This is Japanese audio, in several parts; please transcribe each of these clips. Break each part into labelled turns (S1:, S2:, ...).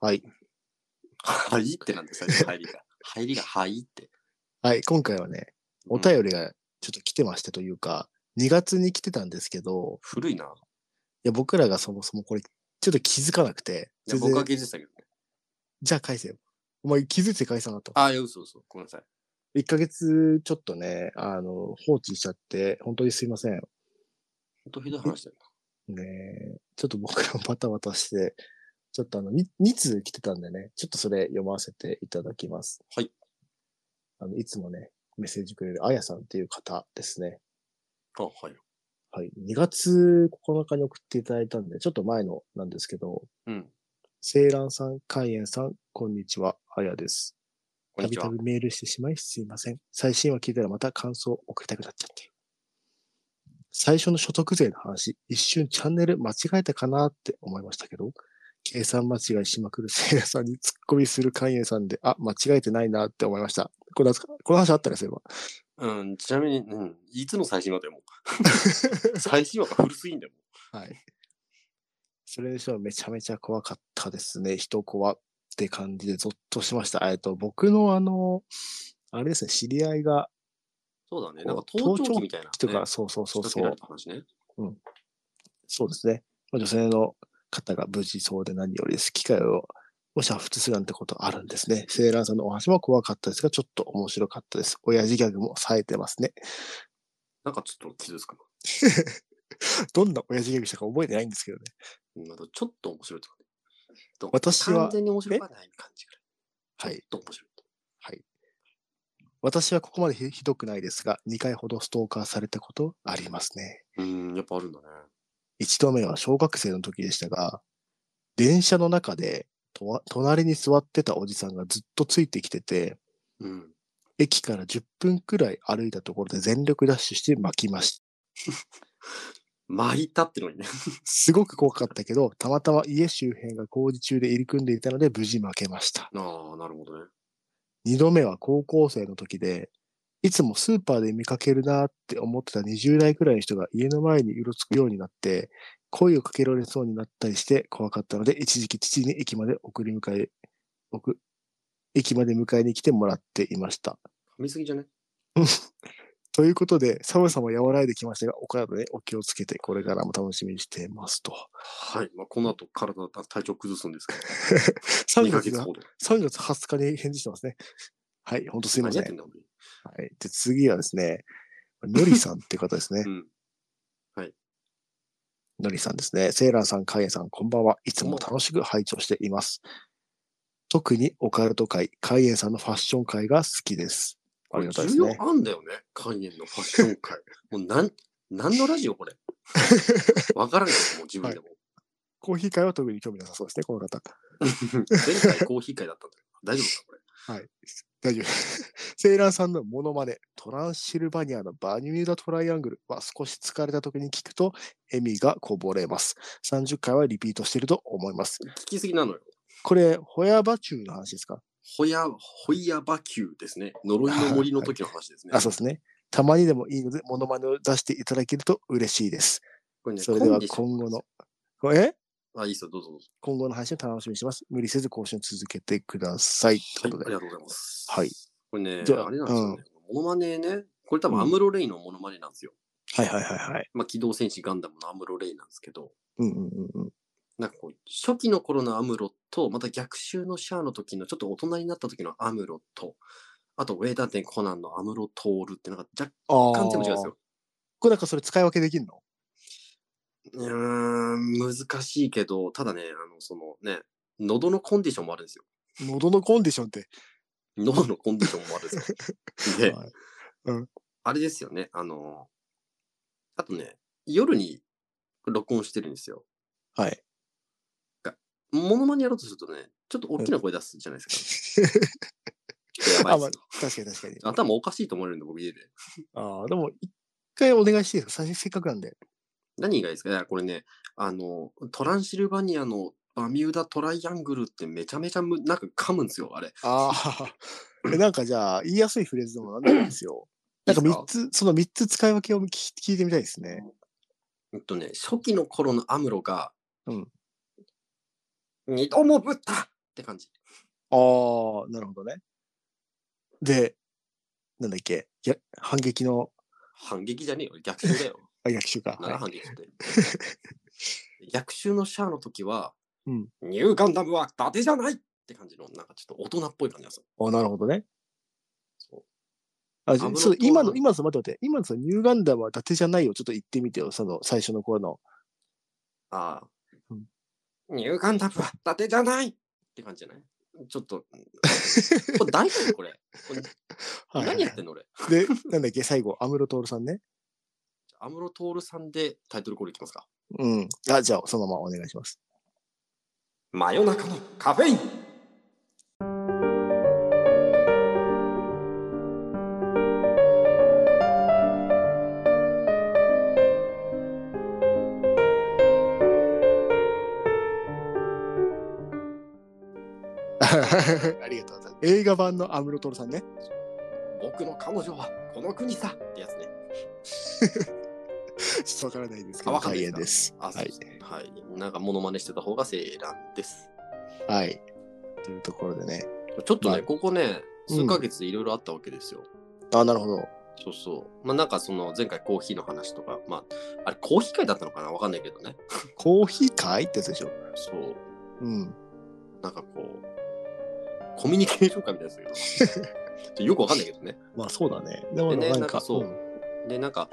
S1: はい。
S2: はいってなんで最初入りが。入りがはいって。
S1: はい、今回はね、お
S2: うん
S1: 便りがちょっと来てましてというか、2月に来てたんですけど、
S2: 古いな。
S1: いや、僕らがそもそもこれ、ちょっと気づかなくて、
S2: いや
S1: 全
S2: 僕は
S1: 然
S2: 気づいてたけどね。
S1: じゃあ返せよ。お前気づいて返さなかった。
S2: ああ、いや、嘘嘘。ごめんなさい。
S1: 1ヶ月ちょっとね、あの、放置しちゃって、本当にすいません。
S2: ほんとひどい話だよ
S1: ねえちょっと僕らもバタバタして、ちょっとあの、2, 通来てたんでね、ちょっとそれ読ませていただきます。
S2: はい。
S1: あの、いつもね、メッセージくれるあやさんっていう方ですね。
S2: な。あ、はい。
S1: はい。2月9日に送っていただいたんで、ちょっと前のなんですけど、
S2: うん。
S1: セイランさん、カイエンさん、こんにちは、あやです。
S2: こん
S1: た
S2: に
S1: び
S2: ち
S1: た
S2: は。
S1: びメールしてしまいすいません。最新話聞いたらまた感想を送りたくなっちゃって。最初の所得税の話、一瞬チャンネル間違えたかなって思いましたけど、計算間違いしまくる せいやさんに突っ込みする関エさんで、あ、間違えてないなって思いました。これは、この話あったらすれば。
S2: うん、ちなみに、うん、いつの最新話だよ、もう。最新話が古すぎんだよ、も
S1: はい。それにしてはめちゃめちゃ怖かったですね。人怖って感じでゾッとしました。えっと、僕のあの、あれですね、知り合いが、
S2: う。そうだね。なんか
S1: こう
S2: 盗聴器みたいな、ね。
S1: とか、そうそうそう
S2: 仕掛け
S1: そ
S2: ら
S1: う
S2: れ、た話ね。
S1: そうですね。まあ女性の方が無事そうで何よりです。機会を、もしは普通するなんてことあるんですね。セイランさんのお話も怖かったですが、ちょっと面白かったです。親父ギャグも冴えてますね。
S2: なんかちょっと傷つく
S1: どんな親父ギャグしたか覚えてないんですけどね。
S2: な。うん、あとちょっと面白いとかね。と
S1: 私は
S2: 完全に面白くはない感じぐらい。
S1: はい。
S2: ちょっと面白い。
S1: 私はここまでひひどくないですが、2回ほどストーカーされたことありますね。
S2: うん、やっぱあるんだね。
S1: 一度目は小学生の時でしたが、電車の中でとわ隣に座ってたおじさんがずっとついてきてて、
S2: うん。
S1: 駅から10分くらい歩いたところで全力ダッシュして巻きました。
S2: 巻いたってのにね。
S1: すごく怖かったけど、たまたま家周辺が工事中で入り組んでいたので無事負けました。
S2: ああ、なるほどね。
S1: 二度目は高校生の時で、いつもスーパーで見かけるなって思ってた20代くらいの人が家の前にうろつくようになって、声をかけられそうになったりして怖かったので、一時期父に駅まで送り迎え、送駅まで迎えに来てもらっていました。
S2: 噛みすぎじゃね
S1: ということで、寒さも和らいできましたが、お体にお気をつけて、これからも楽しみにしていますと。
S2: はい。まあ、この後、体、体調崩すんで すけど、
S1: 3
S2: 2ヶ
S1: 月
S2: 月
S1: が
S2: ほど。
S1: 3月20日に返事してますね。はい、ほんとすいません。
S2: 何やってんだ、俺
S1: はい。で、次はですね、のりさんっていう方ですね
S2: う。ん。
S1: のりさんですね。セイランさん、カイエンさん、こんばんは。いつも楽しく拝聴しています。特にオカルト界、カイエンさんのファッション界が好きです。あ
S2: こ
S1: り
S2: れ
S1: がたい
S2: 重
S1: です
S2: 要
S1: ね。
S2: あんだよね。肝炎のファッション会。 もうなん、何のラジオ これ。わからんけど、もう自分でも。
S1: コーヒー界は特に興味なさそうですね、この方。
S2: 前回コーヒー会だったんだけど、大丈夫か、これ。
S1: 大丈夫。 セイランさんのモノマネ、トランシルバニアのバニューダトライアングルは少し疲れた時に聞くと、笑みがこぼれます。30回はリピートしてると思います。
S2: 聞きすぎなのよ。
S1: これ、ホヤバチューの話ですか
S2: ホヤ、ホイヤバキューですね。呪いの森の時の話ですね。
S1: あ、そうですね。たまにでもいいので、モノマネを出していただけると嬉しいです。
S2: これね
S1: それでは
S2: コンディション
S1: 今後の、こえ
S2: あ、いいっすよ、どうぞどうぞ。
S1: 今後の配信を楽しみにしてます。無理せず更新を続けてください。と
S2: はいい、
S1: うこ
S2: あ
S1: と
S2: り
S1: で。
S2: がとうございます。
S1: はい。
S2: これね、
S1: じゃあ
S2: あれなんですよね。モノマネね。これ多分アムロレイのモノマネなんですよ。
S1: はいはいはいはい。
S2: まあ、機動戦士ガンダムのアムロレイなんですけど、
S1: うんうんうんうん。
S2: なんかこう、初期の頃のアムロと、また逆襲のシャアの時の、ちょっと大人になった時のアムロと、あと、ウェイダーテンコナンのアムロトールって、なんか若
S1: ああ。
S2: 干全部違うんですよ。
S1: これなんかそれ使い分けできるの
S2: うーん、難しいけど、ただね、あの、そのね、喉のコンディションもあるんですよ。
S1: 喉のコンディションって。
S2: 喉のコンディションもあるんです よ。で、
S1: はい
S2: あれですよね、あの、あとね、夜に録音してるんですよ。
S1: はい。
S2: モノマネやろうとするとね、ちょっと大きな声出すじゃないですか。やば
S1: あ、
S2: い
S1: まあ
S2: ですよ、
S1: 確かに確かに。
S2: 頭おかしいと思われるんで、僕家で。
S1: ああ、でも、一回お願いしていいですか最初せっかくなんで。
S2: 何がいいですかいや、これね、あの、トランシルバニアのバミューダトライアングルってめちゃめちゃむ、なんか噛むんですよ、あれ。
S1: ああ。 えなんかじゃあ、言いやすいフレーズでもなんでもいいですよ。なんか
S2: いいです
S1: 3つ、その3つ使い分けを聞き聞いてみたいですね。
S2: えっとね、初期の頃のアムロが、
S1: うん
S2: 二度もぶったって感じ。
S1: ああ、なるほどね。で、なんだっけ、や反撃の、
S2: 反撃じゃねえよ。逆襲だよ。
S1: あ、逆襲か。
S2: な ら
S1: はい
S2: 反撃って。逆襲のシャアの時は、
S1: うん
S2: ニューガンダムは伊達じゃないって感じの、なんかちょっと大人っぽい感じなんですよ。
S1: あ、なるほどね。
S2: そう
S1: あ、
S2: アムロ
S1: そう、
S2: と
S1: 今の、今のさ、待って待って、今のさ、ニューガンダムは伊達じゃないよ。ちょっと言ってみてよ、その、最初の頃の。
S2: ああ、
S1: うん
S2: ニューガンダムは伊達じゃないって感じじゃないちょ っと、これ大丈夫これ。こ
S1: は
S2: れ
S1: いはい
S2: 何やってんの俺。
S1: で、なんだっけ、 最後、アムロトールさんね。
S2: アムロトールさんでタイトルコールいきますか。
S1: うん。あ、じゃあ、そのままお願いします。
S2: 真夜中のカフェイン
S1: ありがとうございます。映画版のアムロトールさんね。
S2: 僕の彼女はこの国さってやつね。
S1: ちょっとわからないですけ
S2: あ
S1: ど、
S2: わかんな
S1: 大
S2: い
S1: 変です。
S2: あ、
S1: は
S2: そうで
S1: い
S2: す。ね。はい。なんかモノマネしてた方がセーランです。
S1: はい。というところでね。
S2: ちょっとね、
S1: まあ
S2: ここね、
S1: うん
S2: 数ヶ月いろいろあったわけですよ。
S1: あ、なるほど。
S2: そうそう。まあなんかその前回コーヒーの話とか、まあ、あれコーヒー会だったのかなわかんないけどね。
S1: コーヒー会ってやつでしょ。
S2: そう。
S1: うん。
S2: なんかこう、コミュニケーション会みたいですけど。ち ょっとよくわかんないけどね。
S1: まあ、そうだね。でも、
S2: でね
S1: なん
S2: なん
S1: か、
S2: かそう
S1: うん
S2: で、なんか、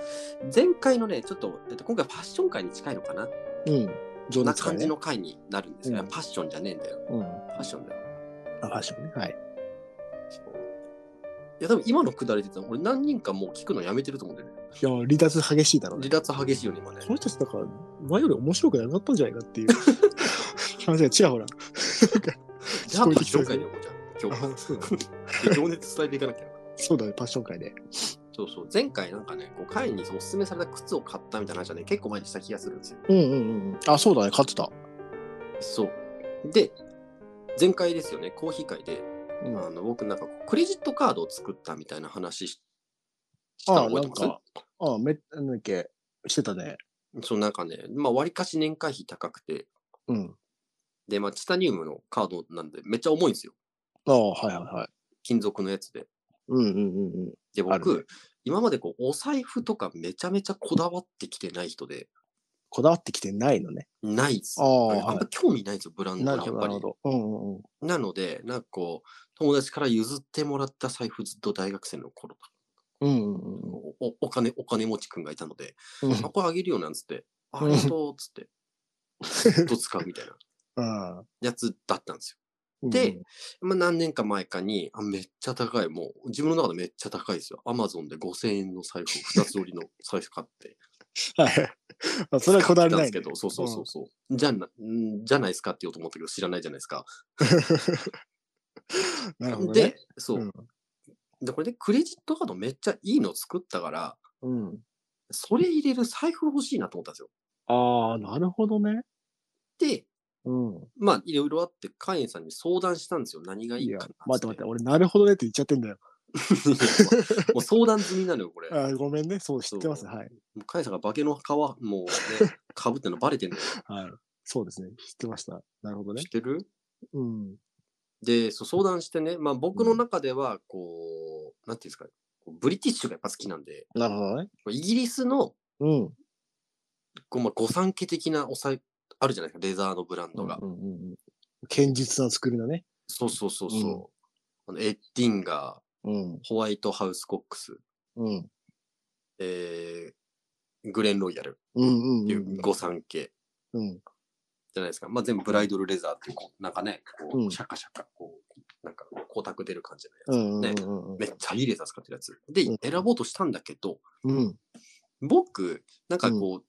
S2: 前回のね、ちょっと、えっと、今回ファッション会に近いのかな
S1: うん。
S2: そ
S1: 情
S2: んな
S1: 熱会
S2: 感
S1: ね
S2: じ。の会になるんですよ。
S1: うん
S2: ファッションじゃねえんだよ。
S1: うん。
S2: ファッションだよ。
S1: あ、ファッションね。はい。
S2: そういや、多分今のくだりで言ったら俺何人かもう聞くのやめてると思うんだよね。
S1: いや、離脱激しいだろうね。
S2: 離脱激しいよね、今ね。
S1: この人たちだから、前より面白くなくなったんじゃないかっていう話がちらほら。
S2: じゃあ、ファッション会だよ、じゃあ。今 日
S1: あそうだね
S2: で情熱伝えていかなきゃ。
S1: そうだね、パッション会で。
S2: そうそう。前回なんかね、こう会におすすめされた靴を買ったみたいな話はね、結構前にした気がするんですよ。
S1: うんうんうんうん。あ、そうだね、勝ってた。
S2: そう。で、前回ですよね、コーヒー会で、
S1: うん
S2: あの僕なんかこうクレジットカードを作ったみたいな話しした
S1: あ
S2: の
S1: あ、な
S2: 覚えて
S1: ん
S2: ます
S1: か、ああ、め、なんだっけ、してたね。
S2: そうなんかね、まあ割かし年会費高くて、
S1: うん。
S2: で、まあチタニウムのカードなんでめっちゃ重いんですよ。
S1: ああ、はいはいはい。
S2: 金属のやつで。
S1: うんうんうんうん。
S2: で、
S1: ある
S2: 僕、今までこうお財布とかめちゃめちゃこだわってきてない人で、
S1: こだわってきてないのね。
S2: ないっす。
S1: ああはい
S2: んま興味ないんですよ、ブランド
S1: な
S2: に
S1: る
S2: や
S1: ほど、
S2: っぱ
S1: な
S2: り
S1: るほ。ど。うんうんうん。
S2: なので、なんかこう、友達から譲ってもらった財布ずっと大学生の頃とか
S1: うんうんうんうん。
S2: おおお金、お金持ちくんがいたので、
S1: うん
S2: あ、これあげるよなんつって、ああ
S1: うん
S2: りがとうっつって、 ずっと使うみたいな
S1: ああ
S2: やつだったんです
S1: うん
S2: でよ。まあ何年か前かに、あ、めっちゃ高い、もう自分の中でめっちゃ高いですよ。アマゾンで5000円の財布、2つ折りの財布買って。
S1: はい。あ それはこだわり
S2: 使
S1: な
S2: っ
S1: いね
S2: てたんですけど、そうそうそうそう。じゃな、んじゃないですかって言おうと思ったけど、知らないじゃないですか。
S1: なるほどね
S2: で。、そう、
S1: うん
S2: で、これでクレジットカードめっちゃいいの作ったから、
S1: うん。
S2: それ入れる財布欲しいなと思ったんですよ。
S1: ああ、なるほどね。
S2: で、
S1: うん。
S2: まあ、いろいろあって、カインさんに相談したんですよ。何がい
S1: い
S2: い
S1: や
S2: かなっ、
S1: 待って待って、俺、なるほどねって言っちゃってんだよ。
S2: って。いやもう相談済みなのよ、これ。も
S1: あーごめんね、そう、知ってます。
S2: そう
S1: はい。
S2: うカインさんが化けの皮、も うね、かぶってんのバレてんのよ。
S1: はい。そうですね、知ってました。なるほどね
S2: 知っ。てる
S1: うん。
S2: で、そう相談してね、まあ僕の中では、こう、なんていうんですか、こうブリティッシュがやっぱ好きなんで、
S1: なるほどね。
S2: イギリスの
S1: うん。
S2: こう、まあ、御三家的なお財あるじゃないですか、レザーのブランドが。
S1: うんうんうん、堅実な作りだね。
S2: そうそうそうそう。あのエッディンガー、
S1: うん。
S2: ホワイトハウスコックス、
S1: うん。
S2: えー、グレン・ロイヤル
S1: うんう
S2: っ
S1: ん
S2: てい
S1: うん
S2: う御三家
S1: うん。
S2: じゃないですか。まあ、全部ブライドルレザーっていう、こうなんかね、こ
S1: うん
S2: う、シャカシャカ、こう、なんか光沢出る感じ
S1: う
S2: のやつ。
S1: んうんうんう
S2: ね
S1: ん
S2: めっちゃいいレザー使ってるやつ。で
S1: うん、
S2: 選ぼうとしたんだけど、
S1: うん。
S2: 僕、なんかこう、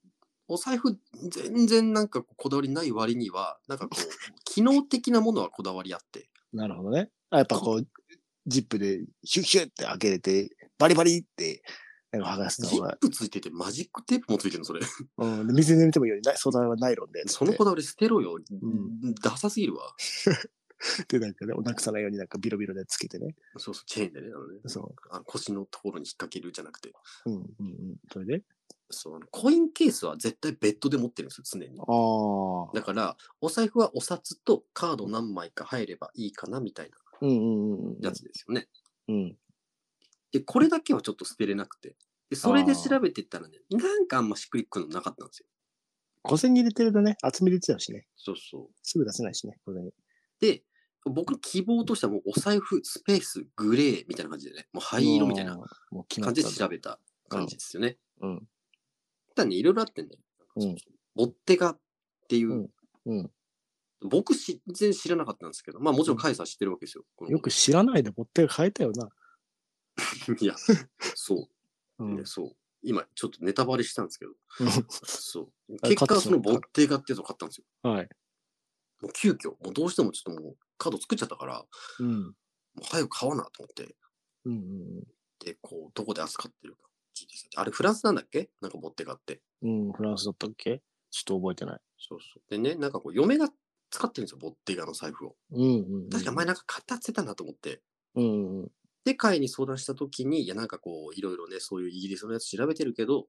S2: お財布全然なんかこだわりない割には、なんか こう、機能的なものはこだわりあって、
S1: なるほどね。あやっぱこう、ジップでヒュッヒュッって開けれて、バリバリって、なんか剥がす
S2: ジ
S1: のが
S2: ッ、プついててマジックテープもついてるのそれ。
S1: うん、で水に濡れてもいいようにな、素材はナイロンで、
S2: そのこ
S1: と
S2: だわり捨てろよ。
S1: ん
S2: ダサすぎるわ。
S1: で、なんかね、おなくさないようになんかビロビロでつけてね。
S2: そうそう、チェーンでね。あのね
S1: そ
S2: あの腰のところに引っ掛けるじゃなくて。
S1: う。うんうんうん。それで
S2: そうあのコインケースは絶対ベッドで持ってるんですよ、常に。
S1: ああ。
S2: だから、お財布はお札とカード何枚か入ればいいかなみたい
S1: うんうんうんうん。
S2: なやつですよね。
S1: うん。
S2: で、これだけはちょっと捨てれなくて。で、それで調べてったらね、なんかあんましっくりくるのなかったんですよ。
S1: 小銭入れてるとね、厚み出ちゃうしね。
S2: そうそう。
S1: すぐ出せないしね、小銭。
S2: で、僕の希望としてはもうお財布、スペース、グレーみたいな感じでね、もう灰色みたいな
S1: もう。もう決まっ
S2: 感じで
S1: た
S2: 調べた感じですよね。
S1: うん。
S2: ただね、いろいろあってんだよ。
S1: うん
S2: ボッテガっていう、
S1: うん。
S2: 僕し全然知らなかったんですけど、まあもちろんカイさん知ってるわけですよ。この
S1: よく知らないでボッテが変えたよな。
S2: いや、そうう、
S1: ん
S2: ね。そう。今ちょっとネタバレしたんですけど、そう。
S1: あ買っ
S2: 結果、
S1: てし
S2: そ
S1: ま
S2: の
S1: った
S2: ボッテガってやつを買ったんですよ。
S1: はい。
S2: もう急遽、もうどうしてもちょっともうカード作っちゃったから、も
S1: うん。
S2: う早く買わなと思って、
S1: うんうん
S2: で、こう、どこで扱ってるか聞いてさあれフランスなんだっけなんかボッテガって。
S1: うん。うん、フランスだったっけちょっと覚えてない。
S2: そうそう。でね、なんかこう、嫁が使ってるんですよ、ボッテガの財布を。
S1: うんうん、うん。
S2: 確か前なんか買ったってたなと思って。
S1: うんうん。
S2: で、会に相談したときに、いや、なんかこう、いろいろね、そういうイギリスのやつ調べてるけど、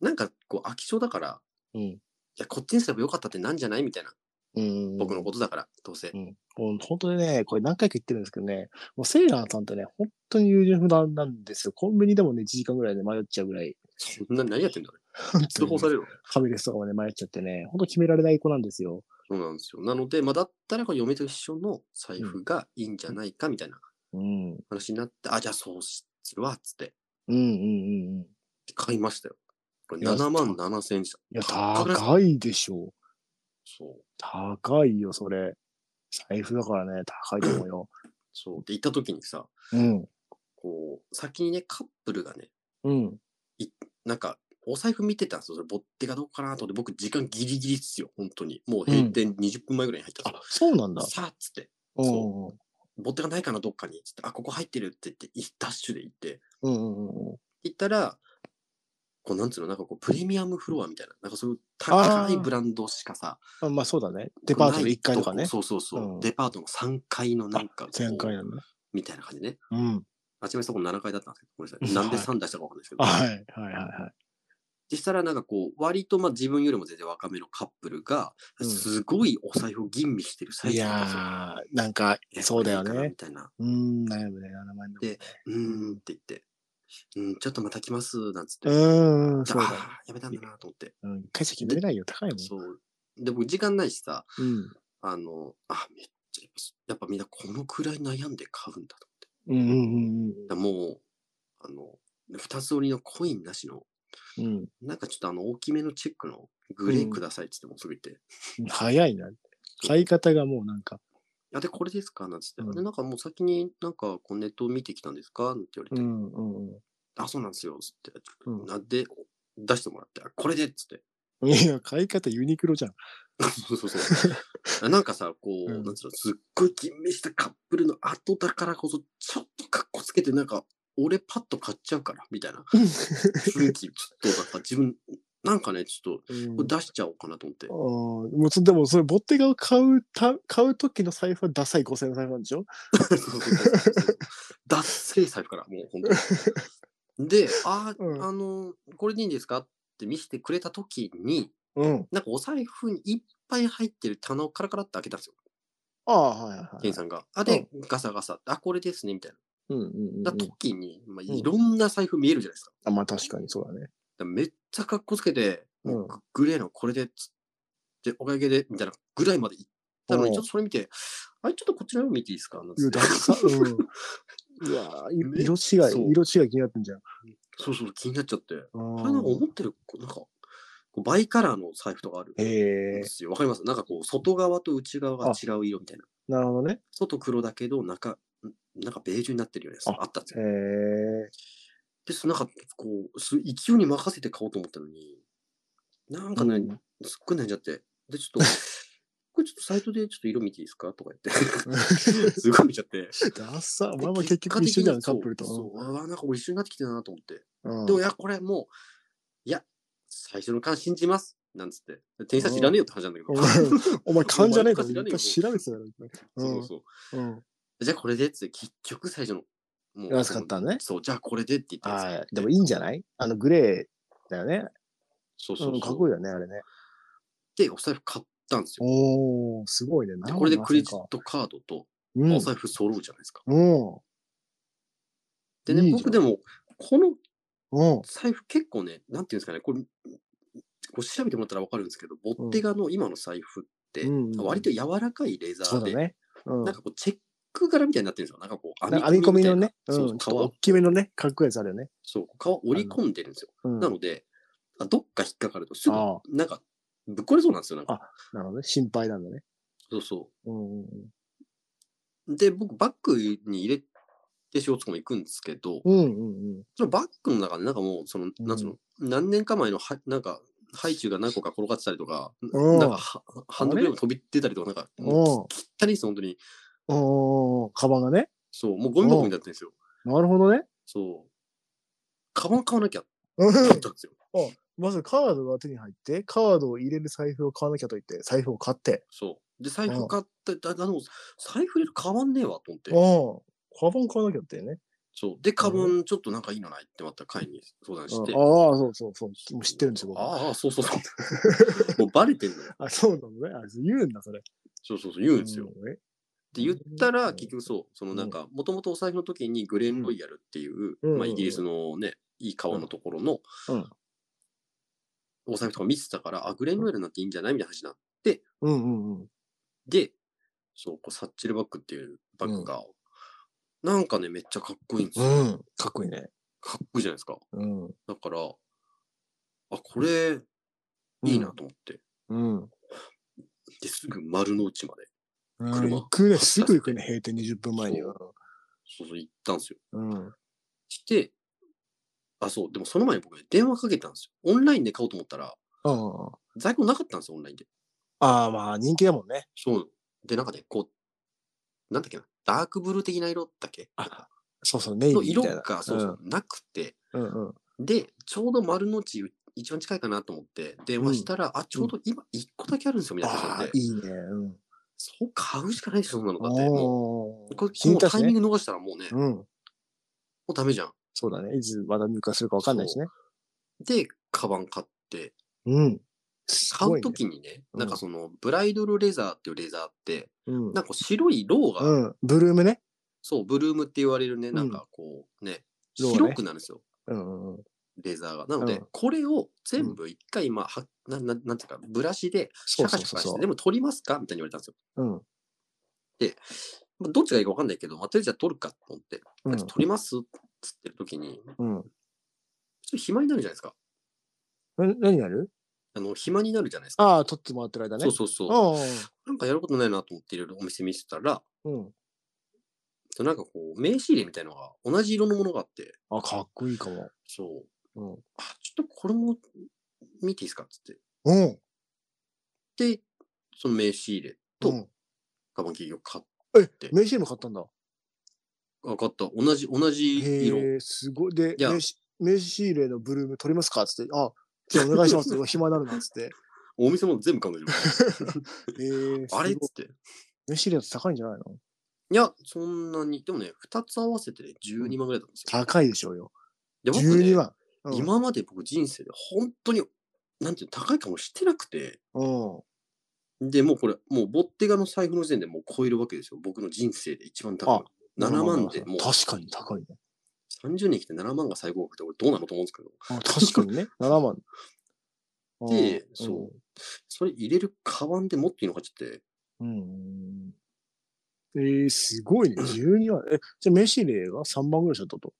S2: なんかこう、飽き性だから、
S1: うん。
S2: いや、こっちにすればよかったってなんじゃないみたいな。
S1: うん、
S2: 僕のことだから、どうせ。
S1: もう本当にね、これ何回か言ってるんですけどね、もうセーラーさんってね、本当に優柔不断なんですよ。コンビニでもね、1時間ぐらいで迷っちゃうぐら い、
S2: そんな、何やってんだろ
S1: 本
S2: 通報されるの
S1: ファミレスとかもね、迷っちゃってね、本当決められない子なんですよ。
S2: そうなんですよ。なので、まあ、だったらこう嫁と一緒の財布がいいんじゃないかみたいな
S1: うん。
S2: 話になって、あ、じゃあそうするわ、つって。
S1: うんうんうんうん。
S2: 買いましたよ。これ
S1: いや
S2: 7万7千円でした。
S1: いや、
S2: 高くない
S1: 高いでしょう。
S2: そう。
S1: 高いよ、それ。財布だからね、高いと思うよ。
S2: そう。で、行った時にさ、
S1: うん。
S2: こう、先にね、カップルがね、
S1: うん。
S2: なんか、お財布見てたんですよ。それ、ボッテがどうかなと思って、僕、時間ギリギリっすよ、本当に。もう閉店20分前ぐらいに入った
S1: あ
S2: んで、
S1: そうなんだ。
S2: すよ。さあ、っつって、
S1: そ
S2: ボッテがないかな、どっかに。つって、あ、ここ入ってるって言って、いダッシュで行って、
S1: う。うんうんうんうん。
S2: 行ったら、こう、なんつうの、なんかこう、プレミアムフロアみたいな、なんかそういう高いブランドしかさ、
S1: あまあそうだね。デパートの1階とかね。
S2: そうそうそう、
S1: うん
S2: デパートの3階のなんかこう、
S1: 全階なんだね。
S2: みたいな感じね。
S1: うん。
S2: あちなみにそこ7階だったんですけど、ごめんなさい。なんで3出したかわかんないですけど。
S1: はいはいはいはい。
S2: 実したらなんかこう、割とまあ自分よりも全然若めのカップルが、
S1: うん
S2: すごいお財布を吟味してるサイ
S1: い
S2: ズだったんですよ
S1: やー、なんか、
S2: え
S1: そうだよ
S2: これいい
S1: ね。
S2: かなみたいな。
S1: うーん、悩むね、7万
S2: でうーんって言って、うん、ちょっとまた来ます、なんつって。
S1: う
S2: じ
S1: ーん、
S2: ゃ
S1: そう
S2: あ、
S1: だね。
S2: あーやめたんだなと思って。
S1: うん、会社決めれないよ、高いもん。
S2: そう。で、僕時間ないしさ、
S1: うん。
S2: あの、あ、めっちゃやっぱ、やっぱみんなこのくらい悩んで買うんだと
S1: うんうんうん
S2: 思って。もう、あの、二つ折りのコインなしの、
S1: うん。
S2: なんかちょっとあの大きめのチェックのグレーくださいって言ってもうすぐ言って、
S1: うん。早いな。買い方がもうなんか、
S2: いや、で、これですかなんつって、
S1: うん
S2: で、なんかもう先になんかこうネットを見てきたんですかって言われ
S1: う
S2: て、
S1: んうんう
S2: あ、そうなんですよ、つって、
S1: うん
S2: なんで、出してもらって、あこれでっつって。
S1: ん。いや、買い方ユニクロじゃん。
S2: そうそうそう。なんかさ、こう、
S1: うん
S2: なんつうの、すっごい吟味したカップルの後だからこそ、ちょっとかっこつけて、なんか、俺パッと買っちゃうから、みたいな雰囲気、ちょっとなんか自分、なんかね、ちょっ
S1: うん
S2: と、これ出しちゃおうかなと思って
S1: あ。ーもうそでも、それ、ボッテガを買うた、買う時の財布はダサい5000円の財布なんでしょ
S2: そうそうそうそう脱製財布から、もう本当に。で、あ、
S1: うん
S2: あの、これでいいんですかって見せてくれた時に、
S1: うん。
S2: なんかお財布にいっぱい入ってる棚をカラカラって開けたんですよ、
S1: ああ、はいはいは
S2: 店
S1: い
S2: 員。さんが。あ、で、ガサガサって、あ、これですね、みたい
S1: うんうんうんう
S2: な。
S1: ん
S2: だ。時に、ま
S1: う
S2: あ、
S1: ん
S2: いろんな財布見えるじゃないですか。
S1: あまあ確かにそうだね。
S2: だからめっちゃかっこつけて、
S1: うん
S2: ググレーのこれでつ、で、おかげで、みたいなぐらいまで行ったの
S1: お
S2: に、
S1: う
S2: ちょっとそれ見て、あれ、ちょっとこっちの方見ていいですかなん
S1: い
S2: つ
S1: や
S2: って
S1: ダサ、うん。うわ ーい
S2: め
S1: 色違
S2: そう
S1: い、色違い気になってんじゃん。
S2: そうそう、気になっちゃって。
S1: あ
S2: これなんか思ってる、こうなんか、こうバイカラーの財布とかあるん
S1: へ
S2: で
S1: え、
S2: すよ。わかりますなんかこう、外側と内側が違う色みたいな。
S1: なるほどね。
S2: 外黒だけど、中、んなんかベージュになってるようなやつ
S1: あ
S2: あったんです
S1: へ
S2: よ。
S1: え、
S2: で、そのなんか、こう、す勢いに任せて買おうと思ったのに、なんか ね、
S1: うん
S2: すっごい悩んじゃって。で、ちょ っと、これちょっとサイトでちょっと色見ていい ですかとか言って、すごい見ちゃって。
S1: ダッサ。お
S2: で
S1: 前も結局一緒じゃん、カッ
S2: 結果的に
S1: プルと。
S2: そうそう。あなんか俺一緒になってきてるなと思って。
S1: うん
S2: でも、いや、これもう、いや、最初の勘信じます。なんつって。店員さん知らねえよって話なんだけど。
S1: うん
S2: そう
S1: お前、勘じゃねえか
S2: お
S1: ら、
S2: 前
S1: 一
S2: 勘
S1: 回
S2: 知
S1: 調べてたよ。
S2: そうそう
S1: うん。
S2: じゃあこれでっつって、結局最初のもう
S1: 安かったのね
S2: そう、じゃあこれでって言ったやつ
S1: はい。でもいいんじゃないあの、グレーだよね。
S2: そうそう
S1: う
S2: そ
S1: ん、
S2: う。
S1: かっこいいよね、あれね。
S2: で、お財布買ったんですよ。
S1: おー、すごいね。
S2: でこれでクレジ
S1: なん
S2: ッ
S1: か
S2: トカードと
S1: うん
S2: お。財布揃うじゃないですか。
S1: うん。
S2: でね、
S1: いいじゃん
S2: 僕でも、この
S1: うん。
S2: 財布結構ね、なんていうんですかね、これ、こう調べてもらったらわかるんですけど、ボッテガの今の財布って、
S1: うんうん
S2: 割と柔らかいレザ
S1: そ
S2: ー
S1: う
S2: で、
S1: だね。うん
S2: なん。かこう、チェック柄みたいになってるんですよ。なんかこう、
S1: なんか編み込みのね、
S2: そ
S1: うん、
S2: う
S1: ちょっと
S2: 革
S1: 大きめのね、かっこいいやつあるよね。
S2: そう、皮折り込んでるんですよ。
S1: うん、
S2: なので、あどっか引っかかるとすぐ
S1: ああ、
S2: なんか、ぶっ壊れそうなんですよ。なんか
S1: あなるほどね。心配なんだね。
S2: そうそ
S1: うんうん
S2: う。で、僕、バッグに入れて仕事とかも行くんですけど、
S1: うん。うんうんうん。
S2: そのバッグの中で、なんかもう、その、なんつうの、何年か前のは、なんか、ハイチュウが何個か転がってたりとか、
S1: うん
S2: なんかは、ハンドルが飛び出たりとか、なんか、
S1: うん
S2: もう、きったりです、本当に。
S1: おー、カバンがね。
S2: そう、もうゴミ箱になってるんですよ。
S1: なるほどね。
S2: そう。カバン買わなきゃって
S1: うん
S2: 思ったんですよ。
S1: まずカードが手に入って、カードを入れる財布を買わなきゃと言って、財布を買って。
S2: そう。で、財布買って、だあの、財布入れる変わんねえわ、と思って
S1: う。ん。カバン買わなきゃってね。
S2: そう。で、カバンちょっとなんかいいのないってまた会に相談して。
S1: うんああ、そうそうそう。もう知ってるんですよ、僕。あ
S2: ああ、そうそうそう。もうバレてんのよ。
S1: そうなのね。あ言うんだ、それ。
S2: そうそうそう、言うんですよ。っ
S1: うんえ
S2: て言った
S1: う
S2: ら、
S1: ん
S2: 結局そう、そのなんか、もともとお財布の時にグレーンロイヤルっていう、
S1: うん
S2: まあイギリスのね、いい革のところの、
S1: うん
S2: お財布とか見てたから、あ、グレーンロイヤルなんていいんじゃないみたいな話になって、
S1: うんうんうん。
S2: で、そう、こうサッチルバッグっていうバッグが、なんかね、めっちゃかっこいいんですよ。
S1: うん。かっこいいね。
S2: かっこいいじゃないですか。
S1: うん。
S2: だから、あ、これ、いいな。と思って。
S1: うん。
S2: で、すぐ丸の内まで。
S1: うん
S2: 車
S1: 行くね。すぐ行くね。閉店20分前には。
S2: そうそう、行ったんですよ。
S1: うん。
S2: して、あ、そう、でもその前に僕ね、電話かけたんですよ。オンラインで買おうと思ったら、
S1: うん。
S2: 在庫なかったんですよ、オンラインで。
S1: ああ、まあ人気だもんね。
S2: そう。で、なんかね、こう、なんだっけな、ダークブルー的な色だっけ
S1: あそうそう、ネイ
S2: の
S1: ビーみ
S2: 色
S1: たいな。
S2: が、そうそう、なくて、
S1: うん。うんうん。
S2: で、ちょうど丸の内一番近いかなと思って、電話したら、あ、ちょうど今、一個だけあるんですよ、みたいな
S1: あ
S2: 感
S1: あ、
S2: じで。
S1: いいね。うん。
S2: そう、買うしかないでしょ、そんなの。だって、も
S1: お
S2: う、
S1: ー
S2: これ
S1: 品
S2: もう
S1: 達
S2: タイミン
S1: ね。
S2: グ逃したらもうね、も
S1: うん。
S2: うダメじゃん。
S1: そうだね。いつまだ入荷するかわかんないしね。
S2: で、カバン買って、
S1: うん。す
S2: 買
S1: ご
S2: う
S1: いね
S2: ときにね、
S1: うん
S2: なんかそのブライドルレザーっていうレザーって、
S1: うん
S2: なんかこう白いローが、
S1: うん。ブルームね。
S2: そう、ブルームって言われるね、
S1: ん
S2: なんかこうね、
S1: ローね
S2: 白くなるんですよ、
S1: うんうん。
S2: レザーが。なので、
S1: うん
S2: これを全部一回、まあ、はなななんていうか、ブラシで、シ
S1: そ
S2: ャ
S1: うそ
S2: カ
S1: う
S2: シ
S1: そう
S2: ャカし
S1: そ
S2: て、でも取りますかみたいに言われたんですよ。
S1: う。うん。
S2: まあどっちがいいか分かんないけど、まあ、とりあえずじゃあ取るかと思って、
S1: うん
S2: 取りますっつってるときに、ちょっ
S1: うん。
S2: と暇になるじゃないですか。
S1: な何やる
S2: あの暇になるじゃないですか。
S1: ああ、撮ってもらってる間ね。
S2: そうそうそ
S1: あ
S2: う。なんかやることないなと思っていろいろお店見せてたら、
S1: あ。うん。
S2: なんかこう、名刺入れみたいなのが同じ色のものがあって、
S1: あ、かっこいいかも。
S2: そう。
S1: うん。
S2: あ、ちょっとこれも見ていいですかっつっ
S1: うん。
S2: て。で、その名刺入れ
S1: う
S2: と
S1: ん、
S2: カバン企業買っ
S1: え
S2: て、
S1: 名刺も買ったんだ。
S2: あ買った。同じ、同じ色。
S1: へえ、すごい。で、
S2: い
S1: 名
S2: や
S1: 刺名刺入れのブルーム取りますかつって、あ、じゃあお願いします。暇になるな、つって。
S2: お店も全部考えて る。
S1: へえ、
S2: あれ
S1: す
S2: っ
S1: ごい
S2: つって。
S1: 名刺入れだと高いんじゃないの
S2: いや、そんなに。でもね、2つ合わせてね、12万ぐらいだったんですよ。
S1: 高いでしょうよ。
S2: で僕ね
S1: 12万。うん、
S2: 今まで僕人生で本当に、なんていうの、高いかもしてなくて。
S1: うん。
S2: で、もうこれ、もうボッテガの財布の時点でもう超えるわけですよ。僕の人生で一番高い。7万でもう
S1: 確かに高いね。
S2: 30年来て7万が最高額って俺どうなのと思うんですけど。
S1: あ確かにね。7万。
S2: で、
S1: うん
S2: そう。それ入れるカバンで持っていいのかちょって、
S1: うん。えー、すごいね。12万。え、じゃあ、飯入れが3万ぐらいしちゃったと。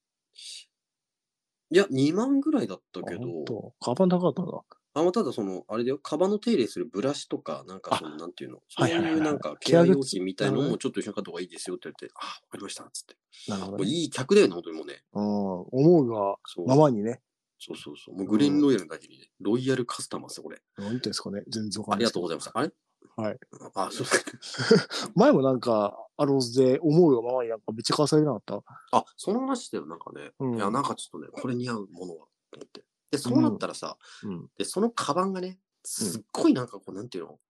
S2: いや、2万ぐらいだった
S1: あ
S2: け
S1: ほん
S2: ど、
S1: とカバン高かったんだ。
S2: あ、まあ、ただその、あれだよ、カバンの手入れするブラシとか、なんかその、なんていうの、そう
S1: はいはいはい
S2: い
S1: は
S2: う
S1: い
S2: なんか、
S1: ケ
S2: ケ
S1: ア
S2: ア
S1: グッズ
S2: 用品みたいの
S1: なるほ
S2: もちょっと一緒に買った方がいいですよって言って、あ、わかりました、つって。
S1: なるほ
S2: も
S1: ど、
S2: う
S1: ね。
S2: いい客だよね、本当にもうね。
S1: うん、思うが
S2: そう
S1: ままにね。
S2: そうそうそう。もうグレンロイヤルだけにね、ロイヤルカスタマーですよ、これ。
S1: なんていうんですかね。全然わか
S2: あ
S1: ん
S2: り
S1: ないですけど。
S2: がとうございました。あれ
S1: はい。
S2: あ、そう ですか。
S1: 前もなんか、アローズで思うがままになんかめっちゃ買わされてなかった
S2: あ、その話だよ、なんかね。
S1: うん
S2: いや、なんかちょっとね、これ似合うものは、と思って。で、そうなったらさ、
S1: うん。
S2: で、そのカバンがね、すっごいなんかこう、なんていうの、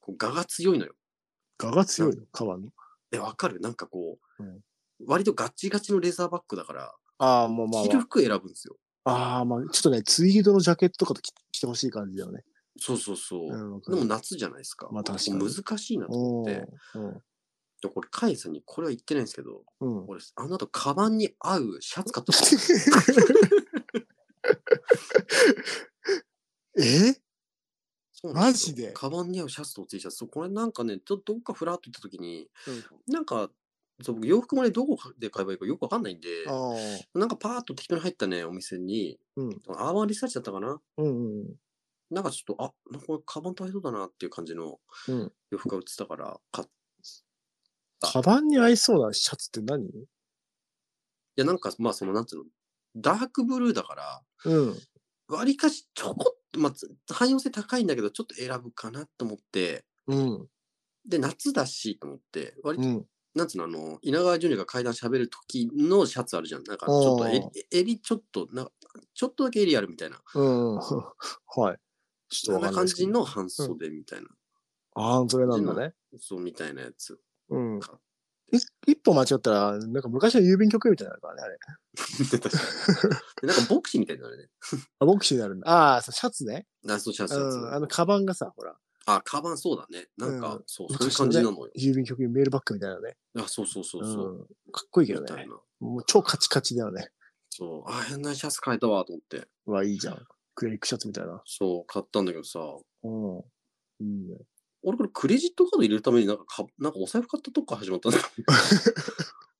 S2: こう、画が強いのよ。
S1: 画が強いの、カバンの。
S2: え、わかるなんかこう、
S1: うん
S2: 割とガチガチのレザーバッグだから、
S1: ああ、もうまあ
S2: 着
S1: ま
S2: る服選ぶんですよ。
S1: あ。ああ、まあ、ちょっとね、ツイードのジャケットとかと着着てほしい感じだよね。
S2: そうそうそう。
S1: うん、わか
S2: で
S1: る
S2: も夏じゃないですか。
S1: まあ確かに
S2: ここ難しいなと思
S1: お
S2: っ
S1: ー
S2: て。で、これ、カイさんにこれは言ってないんですけど、
S1: うん。うん。
S2: 俺、あの後、カバンに合うシャツ買ったん ですよ。
S1: え
S2: そうなんよ
S1: マジで
S2: カバンに合うシャツと T シャツ。そうこれなんかね、どどっかふらっと行った時に、なんか、そう僕洋服もね、どこで買えばいいかよくわかんないんで、
S1: ああ。
S2: なんかパーッと適当に入ったね、お店に、
S1: うん。
S2: アーバンリサーチだったかな
S1: うんうん。
S2: なんかちょっと、あ、なんかこれカバン大変そうだなっていう感じの
S1: うん
S2: 洋服が売ってたから、買っ
S1: カバンに合いそうなシャツって何
S2: いや、なんか、まあ、その、なんつうの、ダークブルーだから、
S1: うん。
S2: わりかしちょこっと、まあ、つ汎用性高いんだけど、ちょっと選ぶかなと思って、
S1: うん。
S2: で、夏だしと思って、割と、
S1: うん。
S2: なんつうの、あの、稲川淳二が階段喋る時のシャツあるじゃん。なんか、ちょっと襟
S1: あ、
S2: 襟ちょっと、なんか、ちょっとだけ襟あるみたいな、
S1: うん。はい。ち
S2: そんな感
S1: ですけ
S2: じ
S1: ど
S2: の半袖みたいな、
S1: ああ、それなんだね。
S2: そうみたいなやつ。
S1: うん。い一歩間違ったら、なんか昔の郵便局みたいになるからね、あれ。
S2: 確かにでなんかボクシーみたいなのね。
S1: あ、ボクシーになるんだ。ああ、そうシャツね。
S2: ナイスシャツ
S1: う
S2: シャツ。
S1: ん。あの、カバンがさ、ほら、
S2: あ、カバンそうだね。なんか、
S1: うん
S2: そう、そういう感じなのよ。
S1: 郵便局にメールバッグみたいなね。
S2: あ、そうそうそう
S1: う
S2: そう。
S1: ん。かっこいいけど
S2: みた
S1: ね
S2: い。な。
S1: もう超カチカチだよね。
S2: そう、あ、変なシャツ買えたわと思って。
S1: うわ、いいじゃん。クレイクシャツみたいな。
S2: そう、買ったんだけどさ、
S1: うん。いいね。
S2: 俺これクレジットカード入れるためになんかか、なんかお財布買ったとこから始まったんだ。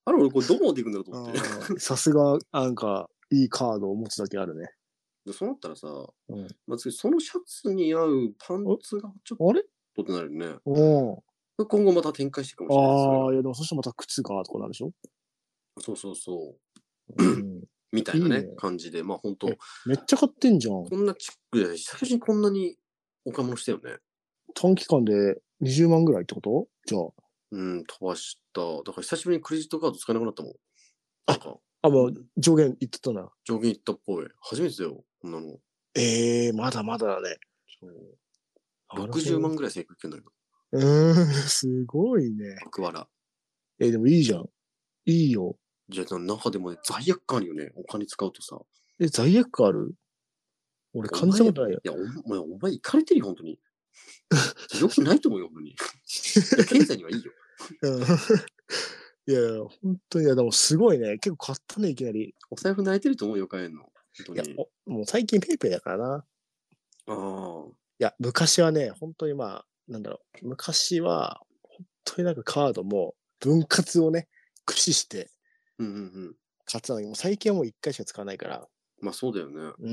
S2: あれ、俺これどこまで行くんだろうと思って。
S1: うん さすが、なんか、いいカードを持つだけあるね。
S2: で、そうなったらさ、
S1: うん
S2: まあ、次そのシャツに合うパンツがちょっ
S1: あれ
S2: とってなるよね。
S1: うん。
S2: 今後また展開していくかもしれないそれ
S1: あ
S2: が
S1: あ、いや、でもそしたらまた靴が、とかなるでしょ
S2: そうそうそう。
S1: うん。
S2: みたいなね、
S1: いいね
S2: 感じで。まあ本当
S1: えめっちゃ買ってんじゃん
S2: こ。んなチックで、久々にこんなにお買い物したよね。
S1: 短期間で20万ぐらいってことじゃあ。
S2: うん、飛ばした。だから久しぶりにクレジットカード使えなくなったもん。なんか、
S1: あ、もう上限言ってたな。
S2: 上限いったっぽい。初めてだよ、こんなの。
S1: ええまだまだだね。
S2: 60万ぐらい請求権だよ、
S1: うーん、 すごいね。
S2: アクアラ。
S1: えでもいいじゃん。いいよ。
S2: じゃあ、中でもね、罪悪感あるよね。お金使うとさ。
S1: え、罪悪感ある俺感じたことないよ。
S2: いや、お前、お前、行かれてるよ、本当 に。よくないと思うよ、本当に。いや経済にはいいよ。
S1: うん いやいや、本当に、いや、でもすごいね。結構買ったね、いきなり。
S2: お財布泣いてると思うよ、買えんの。
S1: い
S2: 本当
S1: や
S2: に。、
S1: おもう最近ペイペイだからな。
S2: ああ。
S1: いや、昔はね、本当にまあ、なんだろう。昔は、本当になんかカードも、分割をね、駆使して
S2: うんうんうん。
S1: 買ってたのに、もう最近はもう一回しか使わないから。
S2: まあ、そうだよね。
S1: う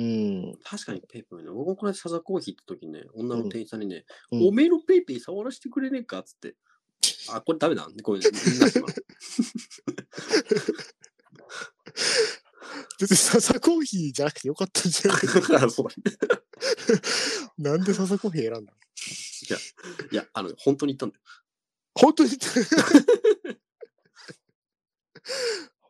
S1: ん。
S2: 確かにペイペイね。僕もこれ、サザコーヒー行った時ね、女の店員さんにね、
S1: うん
S2: おめえのペイペイ触らせてくれねえかっつって。あ、これダメだ。ごめん、みんなしまう
S1: 別に笹コーヒーじゃなくてよかったんじ ゃない
S2: あそうだ
S1: なんで笹コーヒー選んだの
S2: いや、いや、あの、本当に言ったんだよ。
S1: 本当に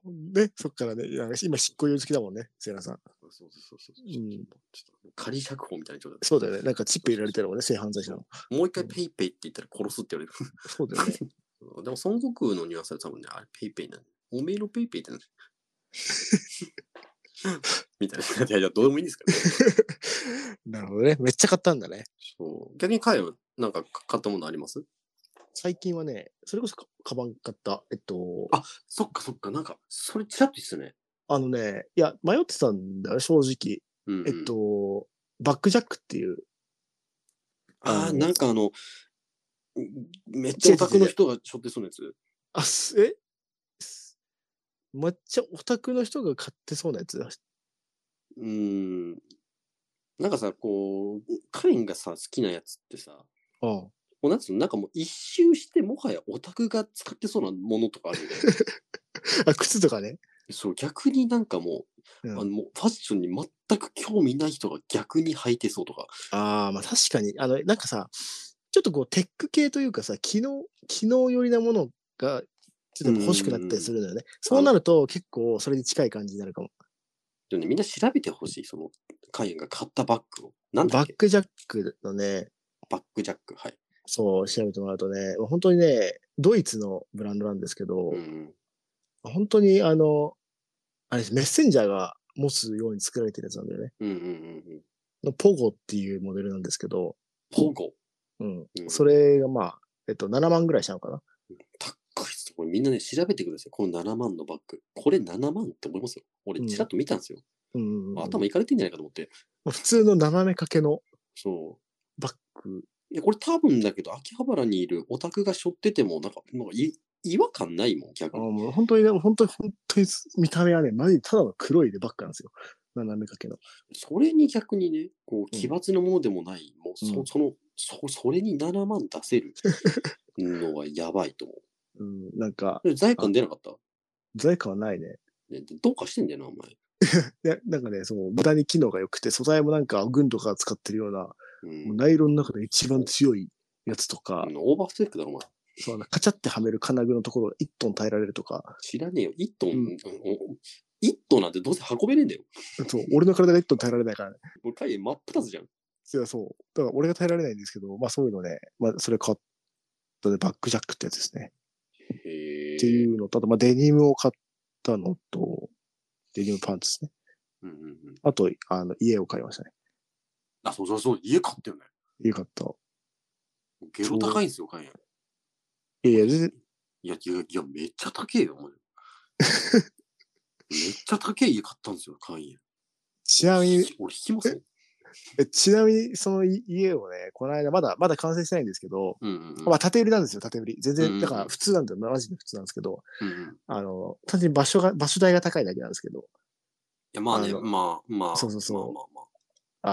S1: ほんで、そっから ね、いや今執行猶予付きだもんね、セイラさん。
S2: そうそうそうそう。
S1: うん
S2: ちょっと仮釈放みたいな状態
S1: そうだよね。なんかチップ入れられてるもんね、性犯罪者の。
S2: もう一回ペイペイって言ったら殺すって言われ
S1: そうだよね。
S2: る。 でも孫悟空のニュアンスは多分ね、あれペイペイなんだおめえのペイペイってなんだ みたいな。いやいや、どうでもいいんですけど、ね。
S1: なるほどね。めっちゃ買ったんだね。
S2: そう。逆に彼はなんか買ったものあります
S1: 最近はね、それこそカカバン買った。えっと、
S2: あそっかそっか。なんか、それちらっと言ってたね。
S1: あのね、いや、迷ってたんだよ、正直。
S2: うん、うん。
S1: えっと、バックジャックっていう、
S2: あ
S1: あ
S2: あ、
S1: の
S2: なんかあの、めっちゃオタクの人が背負ってそうなやつ。
S1: あ、すえすめっちゃオタクの人が買ってそうなやつ
S2: うーんなんかさ、こう、カレンがさ、好きなやつってさ、
S1: うん。
S2: もうなんつうの、なんかもう一周して、もはやオタクが使ってそうなものとかあるよね。
S1: あ、靴とかね。
S2: そう、逆になんかもう、
S1: う
S2: あ
S1: ん
S2: のもうファッションに全く興味ない人が逆に履いてそうとか。
S1: ああ、まあ確かに。あの、なんかさ、ちょっとこう、テック系というかさ、機能、機能寄りなものが、ちょっとやっぱ欲しくなったりするのよね。そうなると、結構、それに近い感じになるかも。
S2: でもね、みんな調べてほしい、その、カレンが買ったバッグを。なんだ
S1: バ
S2: っ
S1: ッ
S2: け
S1: クジャックのね、
S2: バックジャック。はい。
S1: そう、調べてもらうとね、本当にね、ドイツのブランドなんですけど、
S2: うん。
S1: 本当に、あの、あれです、メッセンジャーが持つように作られてるやつなんだよね。
S2: うんうんうんうん。
S1: のポゴっていうモデルなんですけど、
S2: ポゴ。
S1: うん。
S2: うん
S1: それがまあ、えっと、7万ぐらいしたのかな。
S2: 高いっす。これみんなね、調べてください。この7万のバッグ。これ7万って思いますよ。俺
S1: う、ん
S2: ちらっと見たんですよ。
S1: うんうんうん。
S2: 頭いかれてんじゃないかと思って。
S1: 普通の斜め掛けの
S2: そ
S1: バッグ。
S2: う。いや、これ多分だけど、秋葉原にいるオタクが背負ってても、なんか、なんかい違和感ないもん、
S1: あ
S2: 逆に。
S1: もう本当に、でも本当に、本当に見た目はね、マジでただの黒いでバッグなんですよ。斜め掛けの。
S2: それに逆にね、こう、
S1: うん
S2: 奇抜なものでもない、もう
S1: う
S2: そ、
S1: ん
S2: その、そ、それに7万出せるのはやばいと思
S1: う
S2: う
S1: ん、なんか、。
S2: で財感出なかった、
S1: 罪感はないね。
S2: ね、でどうかしてんだよな、お前。
S1: いや、なんかね、その、無駄に機能が良くて、素材もなんか、軍とか使ってるような、
S2: うん
S1: もう。ナイロンの中で一番強いやつとか、
S2: うんオーバースペックだろ、お前。
S1: そうなカチャってはめる金具のところが1トン耐えられるとか、
S2: 知らねえよ。1トン、
S1: う
S2: お1トンなんてどうせ運べねえんだよ。
S1: そう、俺の体が1トン耐えられないからね。
S2: もう海外真っ二つじゃん。
S1: いや、そう。だから俺が耐えられないんですけど、まあそういうのね、まあそれ買ったで、バックジャックってやつですね。
S2: へえ。
S1: っていうのと、あとまあデニムを買ったのと、デニムパンツですね。
S2: うんうんうん。
S1: あと、あの、家を買いましたね。
S2: あ、そうそうそう、家買ったよね。
S1: 家買った。
S2: ゲロ高いんですよ、海外。
S1: いやいや、全然
S2: いや、いや、いや、めっちゃ高えよ、お前。 めっちゃ高え家買ったんですよ、海外。
S1: ちなみに、
S2: 俺引きますよ。
S1: えちなみにそのい家をね、この間まだ、まだ完成してないんですけど、
S2: うんうんうん。
S1: まあ縦売りなんですよ、縦売り。全
S2: うんうん
S1: 然、だから普通なんだよ、マジで普通なんですけど、
S2: うんうんい
S1: あの、単純に場所が、場所代が高いだけなんですけど、
S2: や、まあね、
S1: あの
S2: まあまあ。
S1: そうそうそう
S2: まあまあまあ。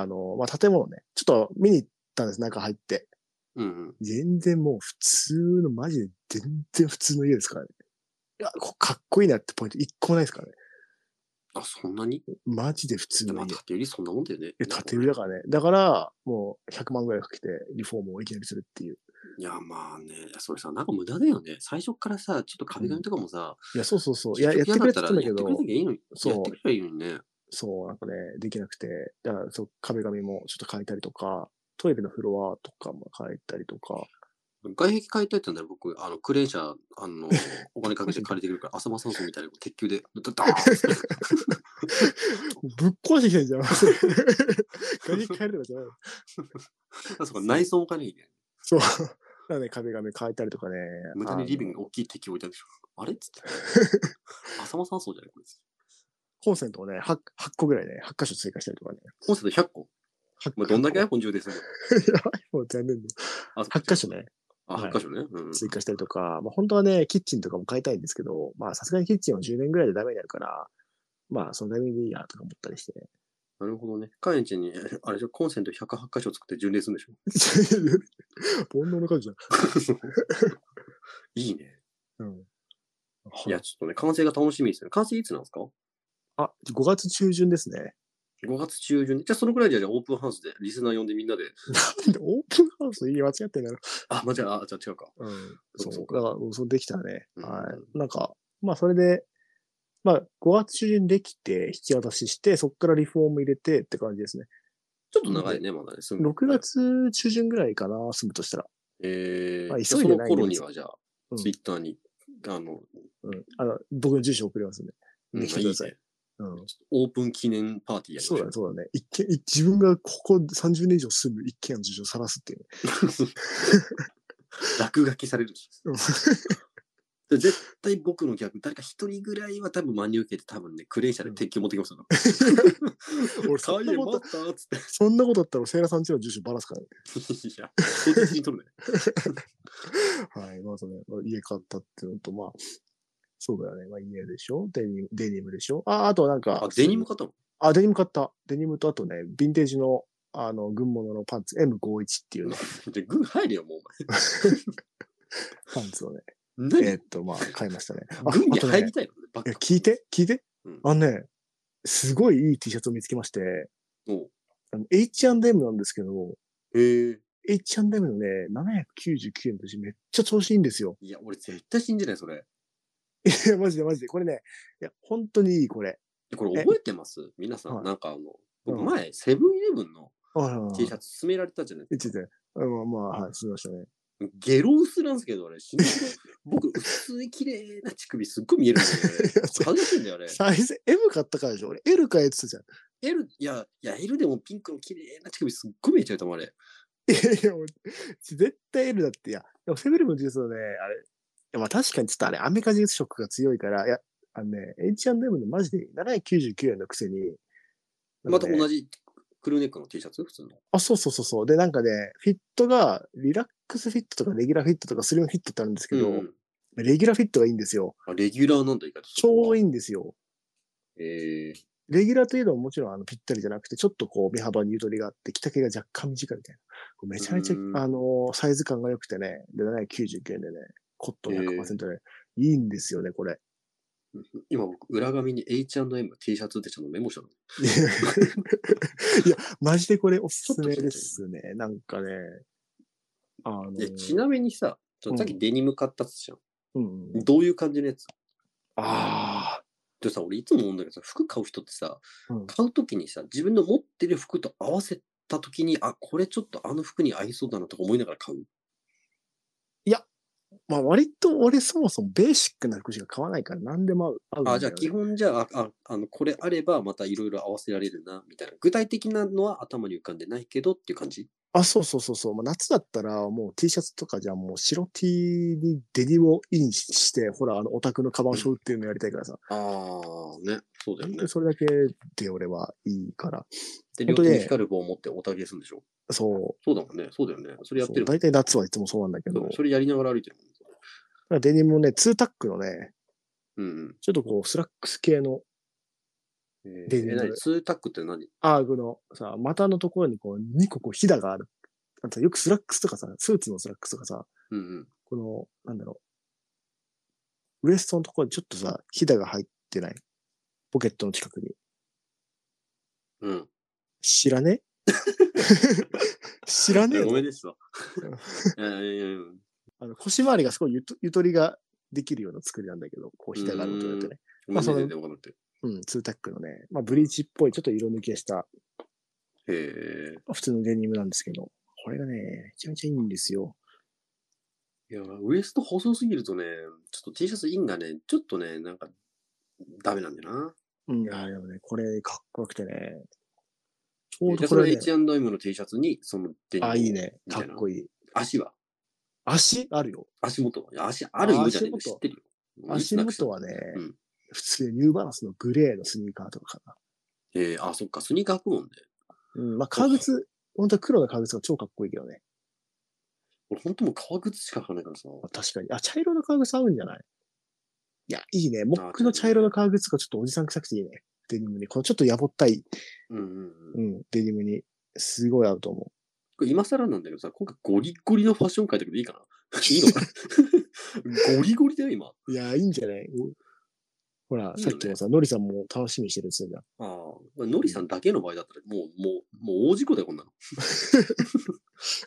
S1: あの、まあ、建物ね、ちょっと見に行ったんです、中入って。
S2: うんうん。
S1: 全然もう普通の、マジで全然普通の家ですからね。いや、こかっこいいなってポイント一個もないですからね。
S2: あ、そんなに
S1: マジで普通
S2: で
S1: の
S2: も、
S1: 家。
S2: 縦売りそんなもんだよね。
S1: え、建売りだからね。だから、もう100万ぐらいかけてリフォームをいきなりするっていう。
S2: いや、まあね、それさ、なんか無駄だよね。最初からさ、ちょっと壁紙とかもさ、
S1: いや、そうそうそう。いや、やってくれ
S2: れ
S1: って言ったんだけ
S2: やって
S1: ど
S2: くれな、きゃいいのに。
S1: そう
S2: やってくれりゃいいのにね。
S1: そう、なんかね、できなくて。だから、そう、壁紙もちょっと変えたりとか、トイレのフロアとかも変えたりとか。
S2: 外壁買いたいってなら僕、あの、クレーン車、あの、お金かけて借りてくるから、浅間山荘みたいな鉄球で、ダダ ーンって
S1: ぶっ壊してきてんじゃん。 ガリ変えるとかじゃないの
S2: あそうか、内装もかねえね。
S1: そう。なんで壁紙変えたりとかね。
S2: 無駄にリビン
S1: あ
S2: グに
S1: の
S2: 大きい鉄球置いてあるでしょ。あれっつって。 浅間山荘じゃないこれ。
S1: コンセントをね、8, 8個ぐらいね、8箇所追加したりとかね。
S2: コンセント100個。
S1: 8
S2: まあ、どんだけ
S1: いや
S2: iPhone 充電するの
S1: もう残念だ。
S2: あ
S1: 8箇所ね、
S2: あ、8箇所ね。うん。
S1: 追加したりとか、まあ本当はね、キッチンとかも変えたいんですけど、まあさすがにキッチンは10年ぐらいでダメになるから、まあそのタイミングでいいやとか思ったりして ね。
S2: なるほどね。カエンちに、あれでしょ、コンセント108箇所作って充電するんでしょ。
S1: 煩悩の数じゃん。
S2: いいね。
S1: うん。
S2: いや、ちょっとね、完成が楽しみですよね。完成いつなんですか
S1: あ、5月中旬ですね。
S2: 5月中旬に。じゃあ、そのくらいじゃあ、じゃあオープンハウスで、リスナー呼んでみんなで。
S1: なんでオープンハウス言い間違ってんだろ
S2: あ、まあ、じゃあ、あじゃあ違うか。
S1: うんそ
S2: そ
S1: うう。
S2: そう
S1: だから、うんそうできたらね。
S2: うん
S1: はい。なんか、まあ、それで、まあ、5月中旬できて、引き渡しして、そこからリフォーム入れてって感じですね。
S2: ちょっと長いね、まだね。住む
S1: 6。月中旬ぐらいかな、住むとしたら。
S2: えー、
S1: まあ
S2: じゃ
S1: 急い
S2: あ
S1: で
S2: その
S1: ない
S2: 頃には、じゃあ、
S1: うん
S2: ツイッターに、あの、
S1: うん。あの、僕の住所送りますんで。
S2: うん
S1: できてください
S2: ね
S1: うん。
S2: オープン記念パーティーやり
S1: そう
S2: まし
S1: だ
S2: ょ
S1: ね、そうだね。一軒、い自分がここ30年以上住む一軒家の住所を晒すって いうね。
S2: う落書きされるし
S1: うん
S2: で絶対僕の逆、誰か一人ぐらいは多分真に受けて、多分ね、クレーン車で鉄球持ってきますよ。
S1: 俺、
S2: 大
S1: そん
S2: 変
S1: な
S2: 待
S1: こ
S2: っ
S1: と、
S2: たっつって。
S1: そんなことだったら、セイラさんちの住所ばらすからね。
S2: いや、当日に撮るね。
S1: はい、まずね、まあ家買ったっていうのと、まあ、そうだよね。まあ、家でしょデニム、デニムでしょ あ、あとなんか。
S2: あ、デニム買ったの
S1: あ、デニム買った。デニムとあとね、ヴィンテージの、あの、軍物のパンツ、M51 って いうね、
S2: で、軍入れよ、もう
S1: パンツをね、
S2: お
S1: え
S2: 前。
S1: ーっと、まあ、買いましたね。あ、
S2: 軍
S1: あ
S2: に
S1: と
S2: 入
S1: ね
S2: り、たいのバッ
S1: い
S2: グ
S1: や聞いて、聞いて。
S2: うん
S1: あのね、すごいいい T シャツを見つけまして、
S2: おう
S1: あの H&M なんですけど、
S2: へえ。
S1: H&M のね、799円だし、めっちゃ調子いいんですよ。
S2: いや、俺絶対信じない、それ。
S1: いや、マジでマジで。これね、いや、本当にいい、これ。
S2: でこれ
S1: え
S2: 覚えてます皆さ
S1: は
S2: ん、
S1: い
S2: なんかあの、僕
S1: うん
S2: 前、セブンイレブンの
S1: ああ
S2: T シャツ勧められたじゃない
S1: 言ってたよ。うんまあ、はい、すみましたね。
S2: ゲロ薄なんですけど、あ れ、死ぬほど僕、薄い綺麗な乳首すっごい見える んだよね。恥ずかしいんだよ、あれ。
S1: サイズ M 買ったからでしょ俺 L 買えてたじゃん。
S2: L、いや、いや、L でもピンクの綺麗な乳首すっごい見えちゃうと思う、あれ。
S1: いや いや、もう絶対 L だって。いや、でもセブリムのジュースはね、あれ、いやまあ確かにちょっとあれ、アメリカジュース色が強いから、いや、あのね、H&M のマジで799円のくせに、
S2: また
S1: じ
S2: 同じクルーネックの T シャツ普通の。
S1: あ、そうそうそうそう。で、なんかね、フィットが、リラックスフィットとか、レギュラーフィットとか、スリムフィットってあるんですけど、
S2: うん
S1: レギュラーフィットがいいんですよ。
S2: あレギュラーなんだ、意外と。
S1: 超い
S2: い。
S1: いんですよ。
S2: えー、
S1: レギュラーというのももちろんあのぴったりじゃなくて、ちょっとこう、身幅にゆとりがあって、着丈が若干短いみたいな。めちゃめちゃ、
S2: うん
S1: あのーサイズ感が良くてね、で、799円でね、コットン100%で、いいんですよね、これ。
S2: 今僕、裏紙に H&M T シャツってちょっとメモしたの。
S1: いや、マジでこれおすすめですね。なんかね、あのー
S2: で、ちなみにさ、ちょ
S1: うん
S2: さっきデニム買ったっつじゃん。
S1: うんうん、
S2: どういう感じのやつ
S1: あ
S2: でさ、俺いつも思うんだけどさ、服買う人ってさ、
S1: うん
S2: 買うときにさ、自分の持ってる服と合わせたときに、あ、これちょっとあの服に合いそうだなとか思いながら買う。
S1: あ、まあ割と俺そもそもベーシックな服しか買わないから何でも合う。合うんだよ
S2: あ、
S1: ね
S2: じゃあ基本じゃあ、あ、あの、これあればまたいろいろ合わせられるな、みたいな。具体的なのは頭に浮かんでないけどっていう感じ
S1: あ、そうそうそうそう。まあ、夏だったらもう T シャツとかじゃもう白 T にデニムをインして、ほら、あの、オタクのカバンショーっていうのやりたいからさ。
S2: ああ、ね。そうだよね
S1: 本当に。それだけで俺はいいから。
S2: で、
S1: 本
S2: 両
S1: 当
S2: 手
S1: ね
S2: に光る棒を持っておたげするんでしょ
S1: そう。
S2: そうだもんね。そうだよね。それやっ
S1: そう
S2: てるもん
S1: 大体夏はいつもそうなんだけど
S2: そ。うそれやりながら歩いてるもん。
S1: デニムもね、ツータックのね、
S2: うん
S1: ちょっとこう、スラックス系の
S2: うん。え
S1: で
S2: ー、え何ツータックって何
S1: アーグのさ、股のところにこう、2個こう、ひだがある。あとよくスラックスとかさ、スーツのスラックスとかさ、
S2: うんうん。
S1: この、なんだろう。ウエストのところにちょっとさ、ひだが入ってない。ポケットの近くに。
S2: うん。
S1: 知らね 知らねえ
S2: ご
S1: の
S2: めんですわ。 えー、
S1: あの腰回りがすごいゆとゆとりができるような作りなんだけど、こう、膝があることによってね。ま
S2: ま
S1: あ
S2: あ、
S1: そ
S2: そ
S1: の
S2: れで分かんなくて。
S1: うん、ツータックのね、まあ、ブリーチっぽい、ちょっと色抜けした、
S2: へ
S1: 普通のデニムなんですけど、これがね、めちゃめちゃいいんですよ。
S2: え。いや、ウエスト細すぎるとね、ちょっと T シャツインがね、ちょっとね、なんか、ダメなんだよな。
S1: うん、いや、でもね、これ、かっこよくてね。ちょ
S2: え
S1: う
S2: じ
S1: ど
S2: ゃ
S1: こ
S2: あそれ
S1: れ、ね、
S2: H&M の T シャツに、そのデニム
S1: あ、いい。ね。
S2: み
S1: か
S2: たい
S1: っ
S2: な
S1: こいい。
S2: 足は
S1: 足あるよ。
S2: 足元いや足あるよじゃね
S1: あ
S2: えか
S1: 足元
S2: 知ってるよ。
S1: 足元はね、
S2: うん
S1: 普通にニューバランスのグレーのスニーカーとかかな。
S2: ええあ、そっか、スニーカー履くもんね。
S1: うん、まあ、革靴、本当は黒の革靴が超かっこいいけどね。
S2: 俺、ほんともう革靴しか履かないからさ。
S1: あ確かに。あ、茶色の革靴合うんじゃないいや、いいね。モックの
S2: あ
S1: 茶色の革靴がちょっとおじさん臭くていいね。デニムに。このちょっとやぼったい、
S2: うんうんう。
S1: うんん、デニムに。すごい合うと思
S2: これ今更なんだけどさ、今回ゴリゴリのファッション会だけどいいかな いいのかなゴリゴリだよ、今。あ
S1: う。いや、いいんじゃないおほら、
S2: いいよ
S1: さ
S2: ね
S1: っきのさ、ノリさんも楽しみにしてるっつうんだ。
S2: あ。まあノリさんだけの場合だったら、もう、もう、もう大事故だよ、こんなの。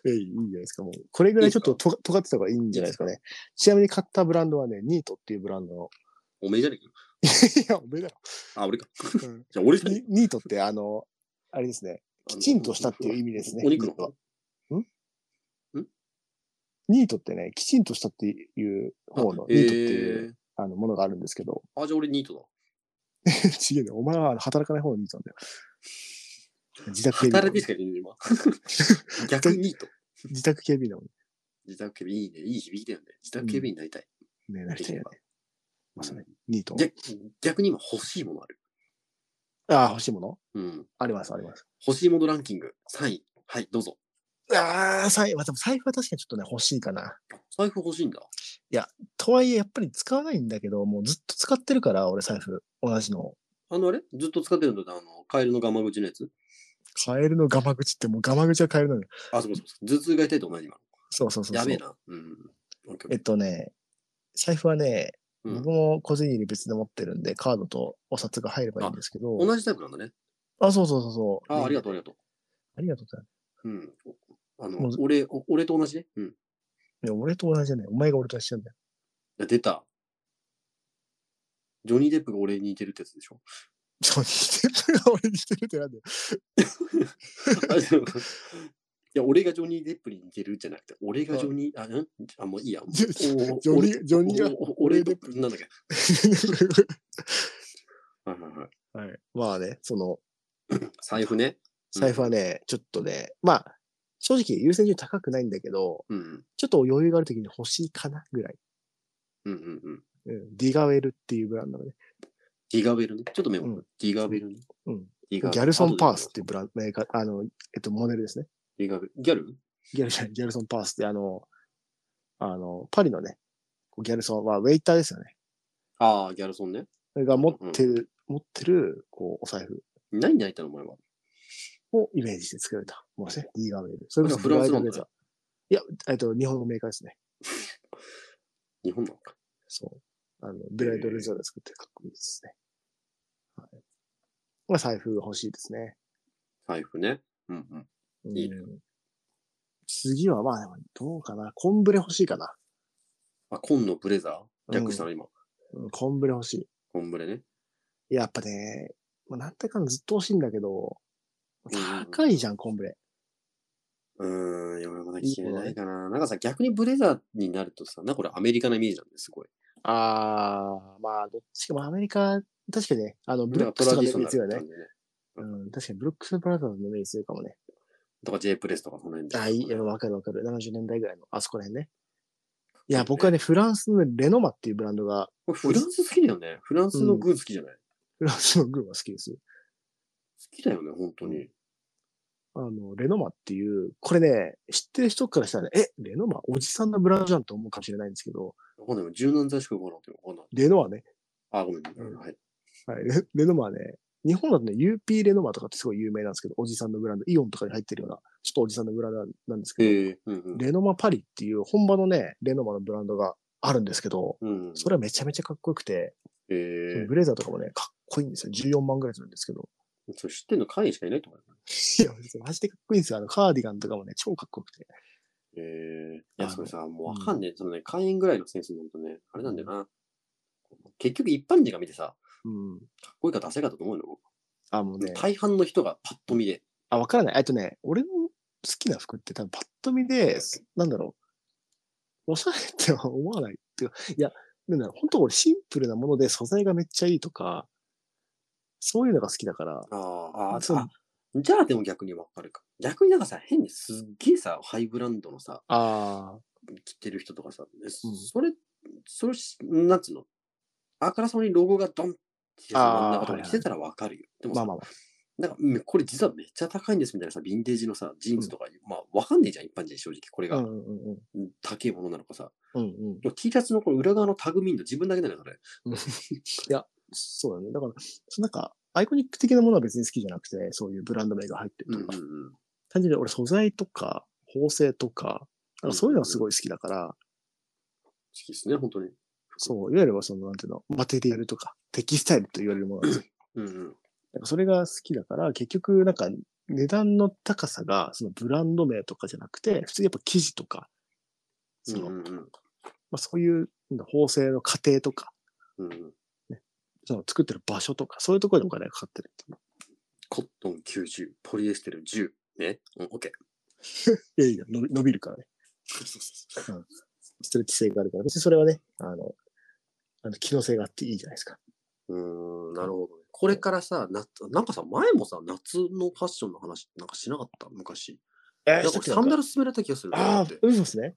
S1: えい、いいんじゃないですか。もう、これぐらいちょっととが尖ってた方がいいんじゃないですかね。ちなみに買ったブランドはね、ニートっていうブランドの。
S2: おめえじゃねえかよ。
S1: いや、おめえだろ。
S2: あ、俺か。
S1: うん
S2: じゃあ、俺じゃね え
S1: ニニートって、あの、あれですね。きちんとしたっていう意味ですね。
S2: お肉の
S1: ニートは
S2: 方。
S1: ニートってね、きちんとしたっていう方の、ニートっていう、
S2: え
S1: あのものがあるんですけど、
S2: ーあ、じゃあ俺ニートだ。
S1: ちげえね、お前は働かない方のニートなんだよ。自宅警備
S2: 働
S1: 員
S2: きしかいない今。 逆ニート。
S1: 自宅警備員だもん
S2: 自宅警備員いいね。いい響きだよね。自宅警備員になりたい。
S1: ね。ねなりたいよね。まさに、ニート。
S2: 逆逆に今欲しいものある。
S1: ああ、欲しいもの
S2: うん。
S1: あります、あります。
S2: 欲しいものランキング3位。はい、どうぞ。
S1: ああ、財布、まあでも財布は確かにちょっとね、欲しいかな。
S2: 財布欲しいんだ。
S1: とはいえ、やっぱり使わないんだけど、もうずっと使ってるから、俺財布、同じの。
S2: あのあれずっと使ってるのってあの、カエルのガマ口のやつ
S1: カエルのガマ口って、もうガマ口はカエルなのよ。
S2: あ、そうそうそう。頭痛が痛いと同じ今。
S1: そうそうそうそう。
S2: やべえな。うん。オッケーオッケ
S1: え
S2: ー
S1: っとね、財布はね、
S2: うん
S1: 僕も個人入り別で持ってるんで、カードとお札が入ればいいんですけど、
S2: 同じタイプなんだね。
S1: あ、そうそうそうそう。
S2: あ、ありが
S1: と
S2: とう、ありがと
S1: う。ありがとうって
S2: う。うん。あ
S1: も
S2: の
S1: う、
S2: 俺、お俺と同じね。うん。い
S1: いや俺と同じじゃない。お前が俺と同じなんだよ。
S2: や出た。ジョニー・デップが俺に似てるってやつでしょ。
S1: そう、似てるが俺似てるってなんだよ。
S2: あそうや、俺がジョニー・デップに似てるじゃなくて、俺がジョニー、あ、んあ、もういいや。
S1: ジョジ
S2: ジ
S1: ョニー、ジョニーが。
S2: 俺デップ、なんだっけ。はいはいはい。
S1: はい、まあね、その、
S2: 財布ね。
S1: 財布はね、ちょっとね、まあ、正直優先順位高くないんだけど、
S2: うん。
S1: ちょっと余裕がある時に欲しいかなぐらい。
S2: うんうんうん。
S1: うん、ディガウェルっていうブランドのね、
S2: ディガベルね。ちょっとメモ。
S1: う
S2: ディガベルね。
S1: うん
S2: ディ
S1: ギ
S2: ガベル。
S1: ャルソン・パースっていうブランド、メーカー、あの、えっと、モデルですね。
S2: ディガベル。ギャル
S1: ギャルじゃないギャルソン・パースって、あの、あの、パリのね、こうギャルソンはウェイターですよね。
S2: ああ、ギャルソンね。
S1: それが持ってる、持ってる、こう、お財布
S2: 何に泣いたのお前は。
S1: をイメージして作られたものですね。ディガウェル。それこそ
S2: これはフランス
S1: の
S2: なんだ
S1: いや、えっと、日本のメーカーですね。
S2: 日本なのか。
S1: そう。あの、ブライドレザーで作ってかっこいいですね。はい。まあ、財布欲しいですね。
S2: 財布ね。うんうん。
S1: うん
S2: いいね
S1: 次はまあ、でもどうかな。コンブレ欲しいかな。
S2: あ、紺のブレザー略したの今。
S1: うん、コンブレ欲しい。
S2: コンブレね。
S1: やっぱね、まあ、なんだかんだずっと欲しいんだけど、
S2: ん
S1: 高いじゃん、コンブレ。
S2: うーん、いや俺まだ消えないかな。なんかさ、逆にブレザーになるとさ、なんかこれアメリカのイメージなんです、すごい。
S1: あー、まあ、どっちかもアメリカ、確かにね、あの、ブル
S2: なん
S1: ッ
S2: か
S1: ク
S2: ト
S1: スと
S2: ラ
S1: か
S2: ディ
S1: のイ
S2: ショ
S1: メージ強いね
S2: ナルな感。じでね。
S1: うん、確かにブルックス・ブラザーズのイメージ強いかもね。
S2: とか J プレスとかその辺で。
S1: あ、いい、わかるわかる。70年代ぐらいの、あそこら辺ね。いや、
S2: かっこいいね
S1: 僕はね、フランスのねレノマっていうブランドが、
S2: これフランス好きだよね。フランスの軍好きじゃない、
S1: フ
S2: 好
S1: ランスの軍は好きです。
S2: きだよね、本当に。
S1: あの、レノマっていう、これね、知ってる人からしたらね、え、レノマおじさんのブランドじゃんと思うかもしれないんですけど、
S2: わかんないもん。柔軟剤しか動かなくてわかんない。
S1: レノマね、
S2: あ、ごめん。
S1: うん
S2: はい。
S1: はい、レ レノマはね、日本だとね、UP レノマとかってすごい有名なんですけど、おじさんのブランド、イオンとかに入ってるような、ちょっとおじさんのブランドなんですけど、
S2: へえうんうん。
S1: レノマパリっていう本場のね、レノマのブランドがあるんですけど、
S2: うん。
S1: それはめちゃめちゃかっこよくて、
S2: え
S1: ブレザーとかもね、かっこいいんですよ。14万ぐらいするんですけど。
S2: それ知ってんの会員しかいないと思うよ。
S1: いや、マジでかっこいいんですよ。あの、カーディガンとかもね、超かっこよくて。
S2: ええい
S1: あ
S2: や、
S1: の
S2: それさ、もうわかんねえ。そのね、会員ぐらいのセンスになるとね、あれなんだよな。結局一般人が見てさ、
S1: うん。
S2: かっこいいかダセいかだと思うの、僕
S1: あ、もうね、
S2: 大半の人がパッと見で、
S1: あ、わからない。えっとね、俺の好きな服って多分パッと見で、すなんだろう。おしゃれっては思わないっていうか、いや、なんだろう、本当俺シンプルなもので素材がめっちゃいいとか、そういうのが好きだから、
S2: ああ、ああ、
S1: そう
S2: あじゃあでも逆にわかるか。逆になんかさ、変にすっげえさ、ハイブランドのさ、
S1: ああ、
S2: 着てる人とかさ、え
S1: うん
S2: それ、それし、なんつうのあからさまにロゴがドンってさ真ん中とかに着てたらわかるよ。でも
S1: まあ
S2: さ、
S1: まあまあ。
S2: なんか、うんこれ実はめっちゃ高いんですみたいなさ、ヴィンテージのさ、ジーンズとか、まあわかんねえじゃん、一般人正直。これ
S1: う
S2: が
S1: んうんうんうん。
S2: 高いものなのかさ。
S1: うんうん。
S2: でも T シャツのこの裏側のタグ見んの自分だけだよ、それ。
S1: そうだね。だから、そのなんか、アイコニック的なものは別に好きじゃなくて、そういうブランド名が入ってる
S2: う
S1: と
S2: ん
S1: か、
S2: うんうん。
S1: 単純に俺素材とか、縫製とか、なんかそういうのがすごい好きだから、
S2: 好きですね、本当に。
S1: そう、いわゆるその、なんていうの、マテリアルとか、テキスタイルと言われるものなんですよ。
S2: うんうん。
S1: なんかそれが好きだから、結局、なんか、値段の高さが、そのブランド名とかじゃなくて、普通にやっぱ生地とか、その、
S2: うん
S1: ま
S2: うんうん
S1: あ、そういう、縫製の過程とか、
S2: うんうん。
S1: その作ってる場所とか、そういうところでお金がかかってるっていう
S2: コットン90、ポリエステル10。ね。うん、オッケー。
S1: いやいや、伸び伸びるからね。うんストレッチ性があるから、別にそれはね、あの、あの機能性があっていいじゃないですか。
S2: うーん、なるほどね。これからさ、夏、なんかさ、前もさ、夏のファッションの話、なんかしなかった昔。
S1: え
S2: なんかサンダル勧められた気がする。
S1: ああ
S2: だって、
S1: ウーフォスね。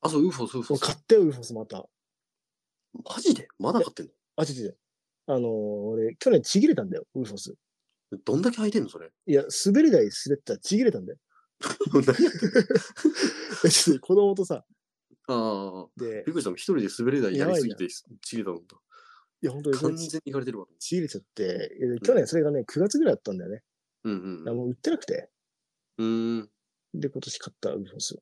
S2: あ、そう、ウーフォス、ウーフ
S1: 俺
S2: ォ
S1: 買っ
S2: ス。
S1: てよ、ウーフォスまた。
S2: マジでまだ買ってん
S1: あ、違う違う。あのー俺、去年ちぎれたんだよ、ウーフォス。
S2: のどんだけ履いてんの それ。
S1: いや、滑り台滑ったらちぎれたんだよ。
S2: 何やってんの
S1: えちょっと子供とさ、
S2: ああ。
S1: で
S2: びっ、くりした。一人で滑り台やりすぎて、ちぎれたのと。
S1: いや、本当にそれ
S2: 完全にいかれてるわ。
S1: ちぎれちゃって、え去年それがね、9月ぐらいだったんだよね。
S2: うんう
S1: あ
S2: ん
S1: もう売ってなくて。
S2: うん。うーん。
S1: で、今年買ったウーフォス。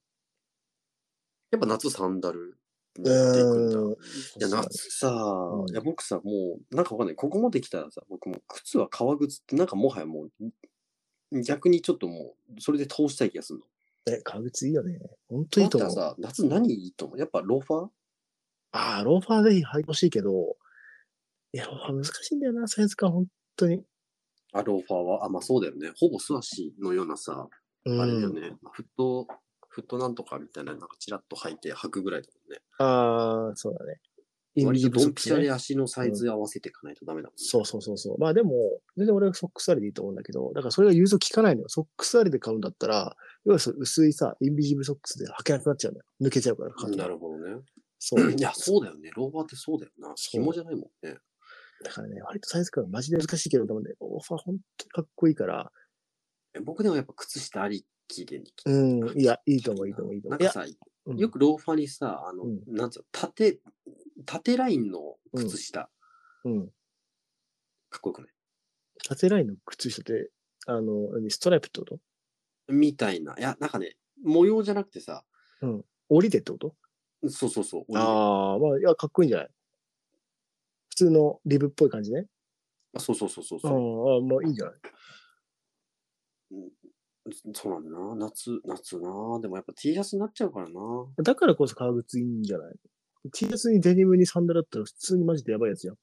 S2: やっぱ夏サンダルに
S1: う
S2: なっていくんだ。
S1: ーん。
S2: いや、夏さ、
S1: ん
S2: いや、僕さ、もう、なんかわかんない。ここまで来たらさ、僕もう靴は革靴って、なんかもはやもう、逆にちょっともう、それで通したい気がするの。
S1: え、革靴いいよね。本当
S2: と
S1: い
S2: い
S1: いと思う。
S2: さ、夏何いいと思うやっぱローファー
S1: ああ、ローファーぜひ履いてほしいけど、いや、ローファー難しいんだよな、サイズ感、本当に。
S2: あ、ローファーは、あ、まあそうだよね。ほぼ素足のようなさ、
S1: うん
S2: あれだよね。フット、フットなんとかみたいな、なんかチラッと履いて履くぐらいだもんね。
S1: ああ、そうだね。
S2: 割と
S1: 不
S2: ドン
S1: 足
S2: ピシャで足のサイズ合わせていかないとダメだもんね。
S1: そうそうそうそう。まあでも、全然俺はソックスありでいいと思うんだけど、だからそれが融通効かないのよ。ソックスありで買うんだったら、要はその薄いさ、インビジブルソックスで履けなくなっちゃうんだよ。抜けちゃうから、
S2: うんなるほどね。
S1: そう。
S2: いや、そうだよね。ローバーってそうだよな。
S1: そう
S2: 紐じゃないもんね。
S1: だからね、割とサイズ感がマジで難しいけど、でもね、オファー本当にかっこいいから、
S2: え僕でもやっぱ靴下ありきでに。
S1: うん、いや、いいと思う、いいと思う、いいと
S2: な
S1: 思
S2: ん
S1: う。い
S2: か
S1: や、
S2: さ、
S1: うん
S2: よくローファーにさ、あの、
S1: うん
S2: なんつうの、縦、縦ラインの靴下、
S1: うん。
S2: かっこよくない
S1: 縦ラインの靴下って、あの、何ストライプってこと
S2: みたいな。いや、なんかね、模様じゃなくてさ、
S1: 折りでってこと
S2: そうそうそう。
S1: ああ、まあ、いや、かっこいいんじゃない普通のリブっぽい感じね。
S2: あそうそうそうそう
S1: ああ、
S2: そう、
S1: まあいいんじゃない
S2: そうなんだよな。夏、夏な。でもやっぱ T シャツになっちゃうからな。
S1: だからこそ革靴いいんじゃない ?T シャツにデニムにサンダルだったら普通にマジでやばいやつじゃん。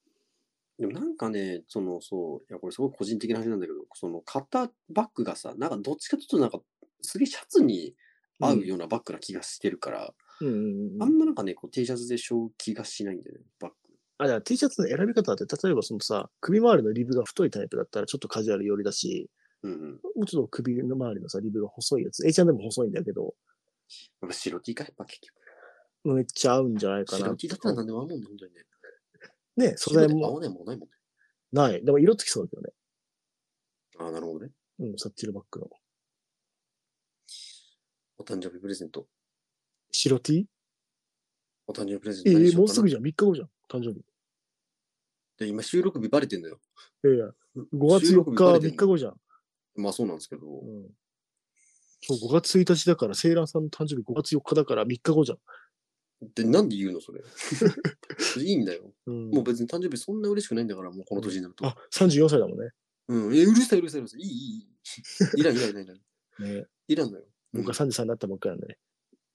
S2: でもなんかね、その、そう、いや、これすごい個人的な話なんだけど、その、買ったバッグがさ、なんかどっちかというとなんか、すげえシャツに合うようなバッグな気がしてるから、
S1: うんうんうん。
S2: あんまなんかね、こう T シャツでしょう気がしないんだよね、バッグ。
S1: あ、だから T シャツの選び方だって、例えばそのさ、首周りのリブが太いタイプだったらちょっとカジュアル寄りだし、
S2: うんうん。
S1: もうちょっと首の周りのさ、リブが細いやつ。A ちゃんでも細いんだけど、
S2: やっぱ白 T か、やっぱ結局。
S1: めっちゃ合うんじゃないかな。
S2: 白 T だったら何でも合うもんね、本当にね。
S1: ね、素材
S2: 白で合
S1: も
S2: わないもんないもんね。
S1: ない。でも色つきそうだけどね。
S2: ああ、なるほどね。
S1: うん、サッチルバックの。
S2: お誕生日プレゼント。
S1: 白 T?
S2: お誕生日プレゼン
S1: え
S2: ト何しようか
S1: え、
S2: な。
S1: もうすぐじゃん。3日後じゃん。誕生日。
S2: で今収録日バレてんだよ。
S1: いやいや、5月
S2: 収録
S1: 4
S2: 日
S1: 日、
S2: バレてん
S1: 3日後じゃん。
S2: まあそうなんですけど、
S1: うん。そう、5月1日だから、セイランさんの誕生日5月4日だから3日後じゃん。
S2: で、なんで言うの それ。それいいんだよ。
S1: うん
S2: もう別に誕生日そんな嬉しくないんだから、もうこの年になると
S1: あ。、34歳だもんね。
S2: うん。え、うるさい、うるさい、うるさい。いい、いい、いい。いらん、いらん、いらん、いらん。
S1: ね
S2: いらんのよ。うん
S1: 僕が33になったばっかりなんで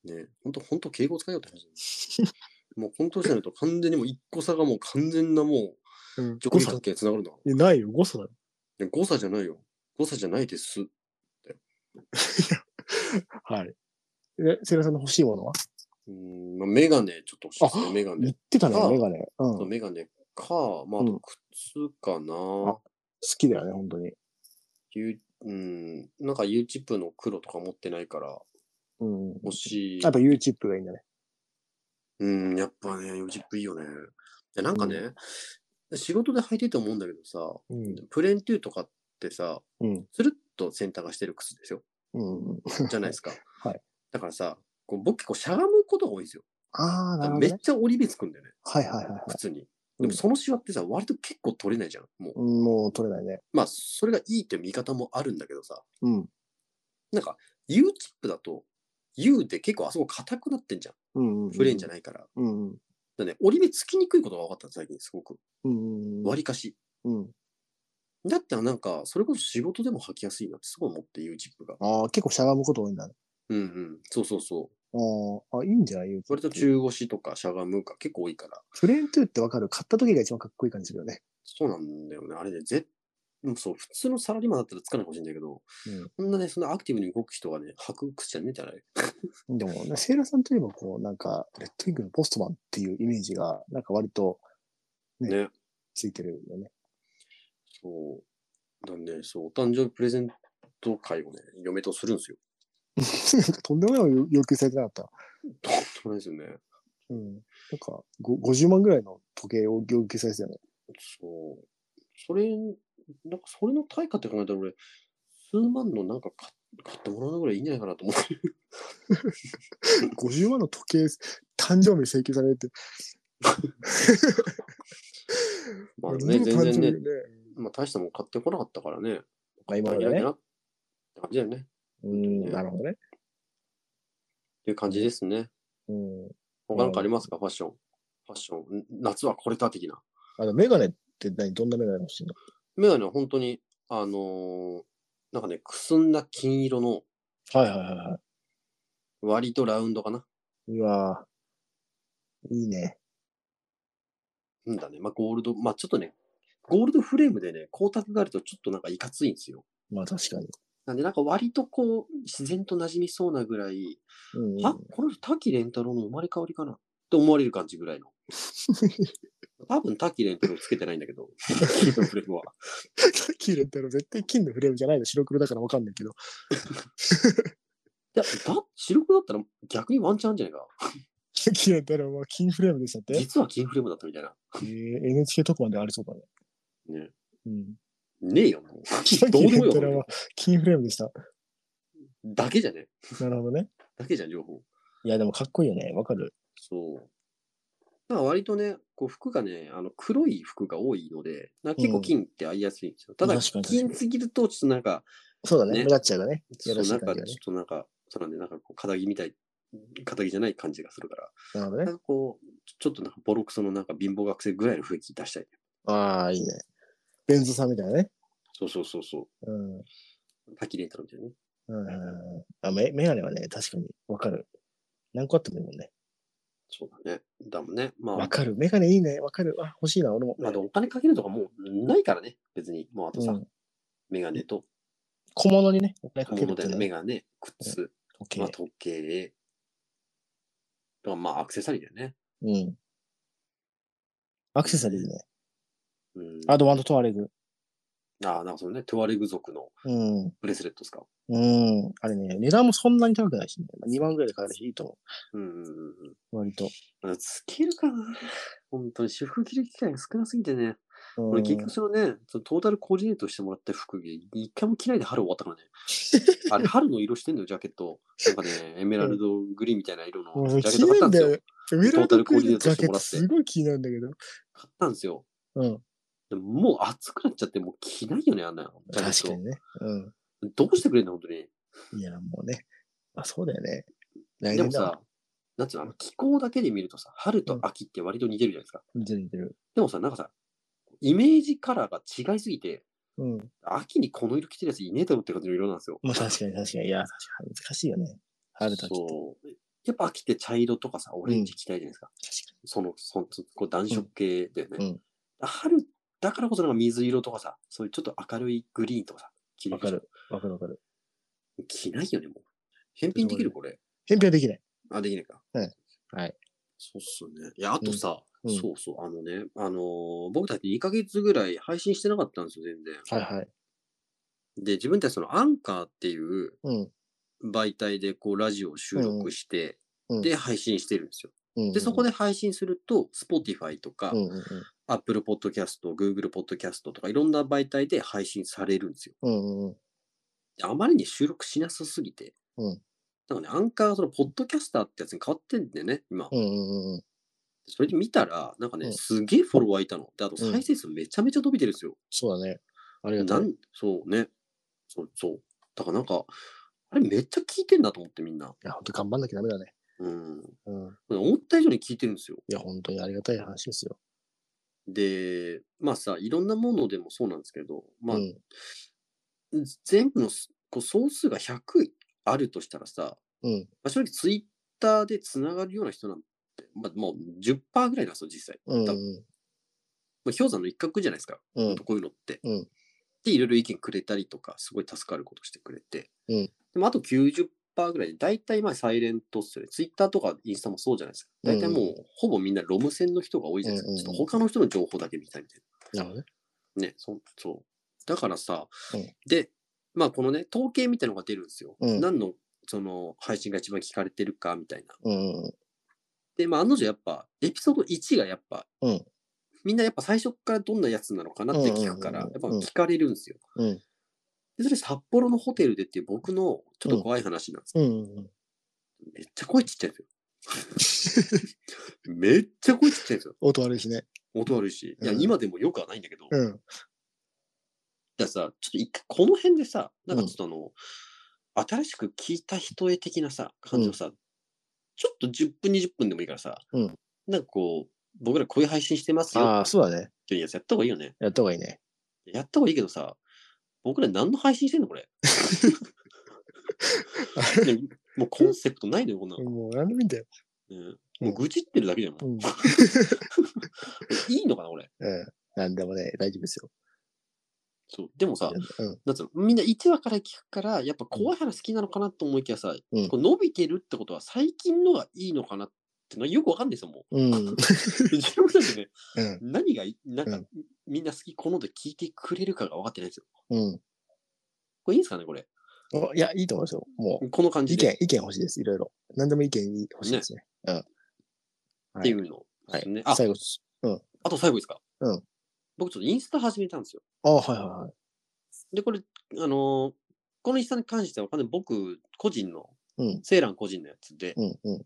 S1: ね。
S2: ね本当本当敬語使えよって話。 もうこの年になると完全にもう一個差がもう完全なも
S1: う、
S2: うん上
S1: 5
S2: 下
S1: 歳
S2: 関係につながるんだか
S1: いやないよ、5歳だろ。
S2: ら。誤差じゃないよ。誤差じゃないです。
S1: はい。で、セイランさんの欲しいものは
S2: うん、まあ、メガネちょっと欲しいですね、メガネ
S1: 言っ。てたね
S2: あ、
S1: メガネ。うん。
S2: そう
S1: 好
S2: メガネか、まあ、あ
S1: う
S2: と
S1: ん
S2: 靴かな。
S1: きだよね、本当に。
S2: ゆうん、なんか U チップの黒とか持ってないから、
S1: うん。
S2: 欲しい。
S1: やっぱ U チップがいいんだね。
S2: うん、やっぱね、U チップいいよね。でなんかね、仕事で履いてて思うんだけどさ、
S1: うん。
S2: プレーントゥーとかってさ、
S1: うん。
S2: つるっとセンターがしてる靴で すよ。
S1: うん。
S2: じゃないですか。
S1: はい。
S2: だからさ、こう僕結構しゃがむことが多いんですよ。
S1: ああ、なるほ
S2: め
S1: ど、
S2: っ
S1: ね。
S2: ちゃ折り目つくんだよね、
S1: はいはいはいはい。
S2: 靴に。
S1: うん
S2: でもそのシワってさ、割と結構取れないじゃん。もう。
S1: うんもう取れないね。
S2: まあ、それがいいって見方もあるんだけどさ、
S1: うん。
S2: なんか U チップだと、U って結構あそこ硬くなってんじゃん。
S1: うん、うん。
S2: プレーンじゃ
S1: ない。
S2: ないから。
S1: うんうん。
S2: だね、折り目つきにくいことが分かったの最近すごく。
S1: うん。
S2: 割りかし。
S1: うん。
S2: だったらなんか、それこそ仕事でも履きやすいなってすごい思って、U チップが。
S1: ああ、結構しゃがむこと多いんだね。
S2: うんうん。そうそうそう。
S1: あーあ、いいんじゃない U チップ
S2: 割と中腰とかしゃがむが結構多いから。
S1: プレーントゥーってわかる買った時が一番かっこいい感じするよね。
S2: そうなんだよね。あれね、ぜもうそう、普通のサラリーマンだったらつかないかもしれないけど、こんなね、そんなアクティブに動く人がね、履く靴じゃねえじゃない。
S1: うん。でも、ね、セイラさんといえば、こう、なんか、レッドウィングのポストマンっていうイメージが、なんか割と
S2: ね。
S1: ついてるよね。
S2: そう。なんで、そう、お誕生日プレゼント会をね、嫁とするんですよ。
S1: とんでもない要要求されてなかった。
S2: とんでもないですよね。
S1: うん。なんか、ご50万ぐらいの時計を要求されてたよね。
S2: そう。それ、なんかそれの対価って考えたら俺、数万のなんか買買ってもらうのぐらいいいんじゃないかなと思って。
S1: 50万の時計、誕生日請求されるって。
S2: まあね、
S1: 俺
S2: 全
S1: の誕生
S2: 然
S1: 日
S2: ね、まあ大したもん買ってこなかったからね。
S1: まあ今ま
S2: い
S1: で
S2: らない
S1: ね
S2: な。。って感じだよね。っ
S1: うん、なるほどね。
S2: ていう感じですね。
S1: うん。
S2: 他なんかありますか、ファッション。ファッション。ん夏はこれだ的な。
S1: あの、メガネって何どんなメガネ欲しいの
S2: メガネは本当に、あのーなんかね、くすんだ金色の、
S1: はいはいはいは
S2: 割とラウンドかな。
S1: い。うわーいいね。
S2: なんだね。まあ、ゴールド、まあ、ちょっとね、ゴールドフレームでね、光沢があるとちょっとなんかいかついんですよ。
S1: まあ確かに。
S2: なんで、なんか割とこう、自然と馴染みそうなぐらい、
S1: うん
S2: あこの人、滝蓮太郎の生まれ変わりかなって思われる感じぐら いの。多分滝蓮太郎つけてないんだけど、 金のフレームは。
S1: さっき言ったら絶対金のフレームじゃないの白黒だからわかんないけど。
S2: いや、だ白黒だったら逆にワンチャンあるんじゃないか。
S1: さっき言ったらまあ金フレームでしたって。え
S2: 実は金フレームだったみたいな。
S1: ー NHK 特番でありそうだね。
S2: ね
S1: うん。
S2: ねえ よ、も
S1: さっ
S2: う。
S1: き
S2: どうでも
S1: 言ったら
S2: よ。
S1: 金フレームでした。
S2: だけじゃね
S1: なるほどね。
S2: だけじゃん、情報。
S1: いや、でもかっこいいよね。わかる。
S2: そう。まあ割とね、こう服がね、あの黒い服が多いので、なんか結構金って合いやすいんですよ。ただ、
S1: 確かに確かに
S2: 金すぎると、ちょっとなんか、
S1: そうだね。
S2: ね
S1: 目立っちゃうがね。
S2: そ
S1: や
S2: う
S1: らし
S2: ないんか
S1: 感
S2: ち
S1: じがね。
S2: ょっとなんか、そうなんで、なんかこう、肩着みたい、肩着じゃない感じがするから、
S1: なるほど
S2: な
S1: ね
S2: ん。かこう、ちょっとなんかボロクソのなんか貧乏学生ぐらいの雰囲気出したい。
S1: ああ、いいね。ベンゾさんみたいなね。
S2: そうそうそうそ
S1: うん。
S2: う。滝レンタルみたいなね。
S1: うんうんうんあ、メメガネはね、確かにわかる。何個あってもいいもんね。
S2: そうだね。だもんね。まあ
S1: わ、かる。メガネいいね。わかる。あ、欲しいな、俺も。
S2: まあでもお金かけるとかもうないからね。別に。もうあと
S1: う
S2: さ、
S1: ん、
S2: メガネと、
S1: 小物にね、お金か
S2: 小
S1: ける
S2: 物
S1: っ
S2: だ
S1: てい
S2: よ
S1: う
S2: ね。
S1: の
S2: メ
S1: は
S2: ガネ、靴、
S1: OK
S2: まあ、時計。とかまあ、アクセサリーだよね。
S1: うん。アクセサリーね。
S2: うん、
S1: アドワンドトワレグ。
S2: ああ、なんかそのね、トゥアレグ族の
S1: うん。
S2: ブレスレットですか。
S1: うん。あれね、値段もそんなに高くないしね。2万ぐらいで買えるし、いいと思
S2: うんうんうんうん
S1: う。割と。
S2: あの。つけるかな本当に私服着る機会が少なすぎてね。
S1: う
S2: 俺
S1: ん、
S2: 結局そのね、そのトータルコーディネートしてもらった服着、一回も着ないで春終わったから ね。あれ、春の色してんのよ、ジャケット。なんかね、エメラルドグリーンみたいな色の
S1: もう
S2: ジャケ
S1: 気
S2: ット
S1: に
S2: 買っ
S1: な
S2: た
S1: るんだ
S2: んです
S1: よ。
S2: よ。
S1: ウェラルドクイーンのジ
S2: トー
S1: ャ
S2: タ
S1: ケ
S2: ル
S1: ッ
S2: コーディネートしてもら
S1: ト
S2: って
S1: すごい気になるんだけど。
S2: 買ったんですよ。
S1: うん。
S2: でももう暑くなっちゃって、もう着ないよね、あんなの。ジャケッ
S1: 確
S2: ト
S1: かにね。う
S2: どうしてくれんの、本当に。
S1: ん。いや、もうね。あ、そうだよね。来
S2: でも
S1: 年だわ。
S2: さ、なんつうの、あの気候だけで見るとさ、春と秋って割と似てるじゃないですか。
S1: 似てる似てる。
S2: でもさ、なんかさ、イメージカラーが違いすぎて、
S1: うん。
S2: 秋にこの色着てるやついねえだろって感じの色なんですよ。
S1: まあ確かに確かに。いや、確かに難しいよね。春と秋って。
S2: そう。やっぱ秋って茶色とかさ、オレンジ着たいじゃないですか。その、そのこう暖色系だよね。
S1: うんうん
S2: 春だからこそなんか水色とかさ、そういうちょっと明るいグリーンとかさ、着
S1: わ
S2: る
S1: かる。わかるわかる。
S2: 着ないよね、もう。返品できるこれ。
S1: 返品はできない。
S2: あ、できないか。
S1: はい。はい。
S2: そうっすね。いや、あとさ、
S1: うんうん
S2: そうそう、あのね、あのー僕たち2ヶ月ぐらい配信してなかったんですよ、全
S1: は
S2: 然。
S1: いはい。
S2: で、自分たちそのアンカーっていう
S1: うん。
S2: 媒体でこうラジオを収録して、
S1: うんうん
S2: で、配信してるんですよ。
S1: うん、
S2: で、そこで配信すると、Spotify とか、
S1: うんうんうん。
S2: Apple Podcast、Google Podcast とか、いろんな媒体で配信されるんですよ。
S1: うんうんうん。
S2: であまりに収録しなさすぎて。
S1: うん
S2: だからね、アンカーがその、ポッドキャスターってやつに変わってんだよね、今。
S1: うんうんうん。
S2: それで見たら、なんかね、
S1: うん
S2: すげえフォロワーいたの。で、あと
S1: うん
S2: 再生数めちゃめちゃ伸びてるんですよ。
S1: そうだね。ありが
S2: な
S1: とう。
S2: んそうね。そう、そう。だからなんか、あれめっちゃ聞いてんだと思ってみんな。
S1: いや、本当頑張んなきゃダメだね。
S2: うん。
S1: うん。
S2: 思った以上に聞いてるんですよ。
S1: いや、本当にありがたい話ですよ。
S2: で、まあさ、いろんなものでもそうなんですけど、まあ、
S1: うん。
S2: 全部のすこう総数が100あるとしたらさ、
S1: うん。
S2: まあ、正直ツイッターでつながるような人なんて、まあ、もう10%ぐらいなんですよ、実際。
S1: うん
S2: 多分まあ、氷山の一角じゃないですか。
S1: うん。うん
S2: ほんとこういうのって。
S1: うん
S2: で、いろいろ意見くれたりとか、すごい助かることしてくれて。
S1: うん
S2: でもあと90%ぐらいで、大体まあサイレントっすよね。ツイッターとかインスタもそうじゃないですか。大体もう、ほぼみんなロム線の人が多いじゃないですか。
S1: うんうん
S2: ちょっと他の人の情報だけ見たいみたい
S1: なるほどね。
S2: な。ね、そそう。だからさ、
S1: うん
S2: で、まあこのね、統計みたいなのが出るんですよ。
S1: うん
S2: 何のその配信が一番聞かれてるかみたいな。
S1: うん。
S2: で、まあ、案の定やっぱ、エピソード1がやっぱ、
S1: うん
S2: みんなやっぱ最初からどんなやつなのかなって聞くか
S1: う
S2: ら、や
S1: んう
S2: っ
S1: んうん
S2: ぱ
S1: うん
S2: 聞かれるんですよ。
S1: うん
S2: で、それ札幌のホテルでっていう僕のちょっと怖い話なんですけ
S1: うん。うん。
S2: ど、めっちゃ声ちっちゃいんですよ。 めっちゃ声ちっちゃいんですよ。
S1: 音悪いしね。
S2: 音悪いし。いや、
S1: うん
S2: 今でもよくはないんだけど、だか
S1: うん。
S2: らさ、ちょっと一回この辺でさ、なんかちょっとあの、新しく聞いた人へ的なさ、感じをさ、ちょっと10分20分でもいいからさ、
S1: うん
S2: なんかこう、僕らこういう配信してますよ
S1: ああ、そうだね。
S2: っていうやつやった方がいいよね。
S1: やった方がいいね。
S2: やった方がいいけどさ、僕ら何の配信してんの これ。ねもうコンセプトないのよ、こんなの、
S1: もう、何でもいいんだよ。
S2: ねもう愚痴ってるだけじゃん。も
S1: うん。
S2: ういいのかな、これ。
S1: うん。なんでもね、大丈夫ですよ。
S2: そうでもさ、
S1: うん。
S2: なんつうのみんな1話から聞くから、やっぱ怖い話好きなのかなと思いきやさ、
S1: うん
S2: こう伸びてるってことは最近のがいいのかなってのはよくわかんないです よ、もう。
S1: うん。
S2: 自分たちね、
S1: うん。
S2: 何がい、なんか、
S1: うん
S2: みんな好き、好んで聞いてくれるかが分かってないんですよ。
S1: うん。
S2: これいいんですかね、これ。
S1: おいや、いいと思いますよ。もう、
S2: この感じ
S1: 意
S2: で。
S1: 見、意見欲しいです。いろいろ。何でも意見欲しいですね。
S2: っていうの
S1: はい
S2: ですね。
S1: 最後。
S2: あ、あと最後いいですか。
S1: うん
S2: 僕ちょっとインスタ始めたんですよ。
S1: ああ、はいはいはい。
S2: で、これ、あのーこのインスタに関しては、完全に僕個人の、
S1: うん。
S2: セーラン個人のやつで、
S1: うん。うん。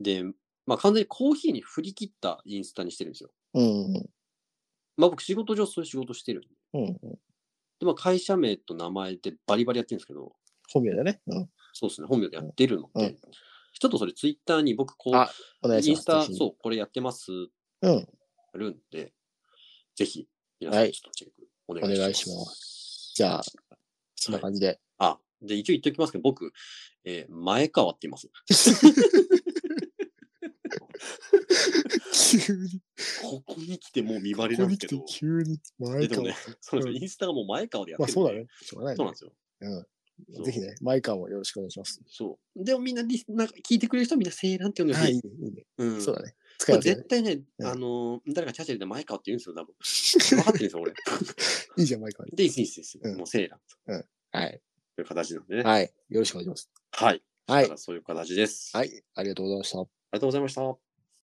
S2: で、まあ完全にコーヒーに振り切ったインスタにしてるんですよ。
S1: うん。
S2: まあ僕仕事上そういう仕事してるんで。
S1: うん。
S2: で、まあ会社名と名前でバリバリやってるんですけど、
S1: 本名だね。うん。
S2: そうですね、本名でやってるので、
S1: うん
S2: ちょっとそれツイッターに僕こう、
S1: あお願いし
S2: イン
S1: ます。
S2: スタ、
S1: ぜひ
S2: そう、これやってます、
S1: うん。
S2: あるんで、ぜひ、皆さ
S1: は
S2: ん
S1: い
S2: ちょっとチェックお願いしま
S1: お
S2: す。。
S1: 願いしますじゃあ、そんな感じで。
S2: あ、で、一応言っておきますけど、僕、えー前川って言います。
S1: 急に、
S2: ここに来てもう見バレ
S1: こ
S2: な
S1: こ
S2: んで
S1: に来
S2: すけ
S1: て
S2: ど。
S1: 急に、
S2: え
S1: 前
S2: で
S1: 川
S2: もね、そうなんですよインスタがもう前川でやって
S1: まあ
S2: るんで。
S1: そうだね。しょうがない
S2: そうな
S1: ね
S2: ん。ですよ。
S1: うん。ぜひね、前川もよろしくお願いします。
S2: そう。でもみんなリス、なんか聞いてくれる人はみんなセーランって呼んでほ
S1: は
S2: し
S1: い、い
S2: い。
S1: いね、いいね。
S2: うん。
S1: そうだね。使
S2: こ
S1: い
S2: れ
S1: 分けだね
S2: 絶対ね、
S1: うん
S2: あのー誰かチャチャで前川って言うんですよ、 多分。分かってるんですよ、俺。
S1: いいじゃん、前川に。
S2: で、いいです、いいですいいです、
S1: うん
S2: もうセーラン
S1: はい。
S2: という形なんでね。
S1: はい。よろしくお願いします。
S2: はい。
S1: は
S2: だ
S1: い
S2: か。らそういう形です。。
S1: はいい。ありがとうございました。
S2: ありがとうございました。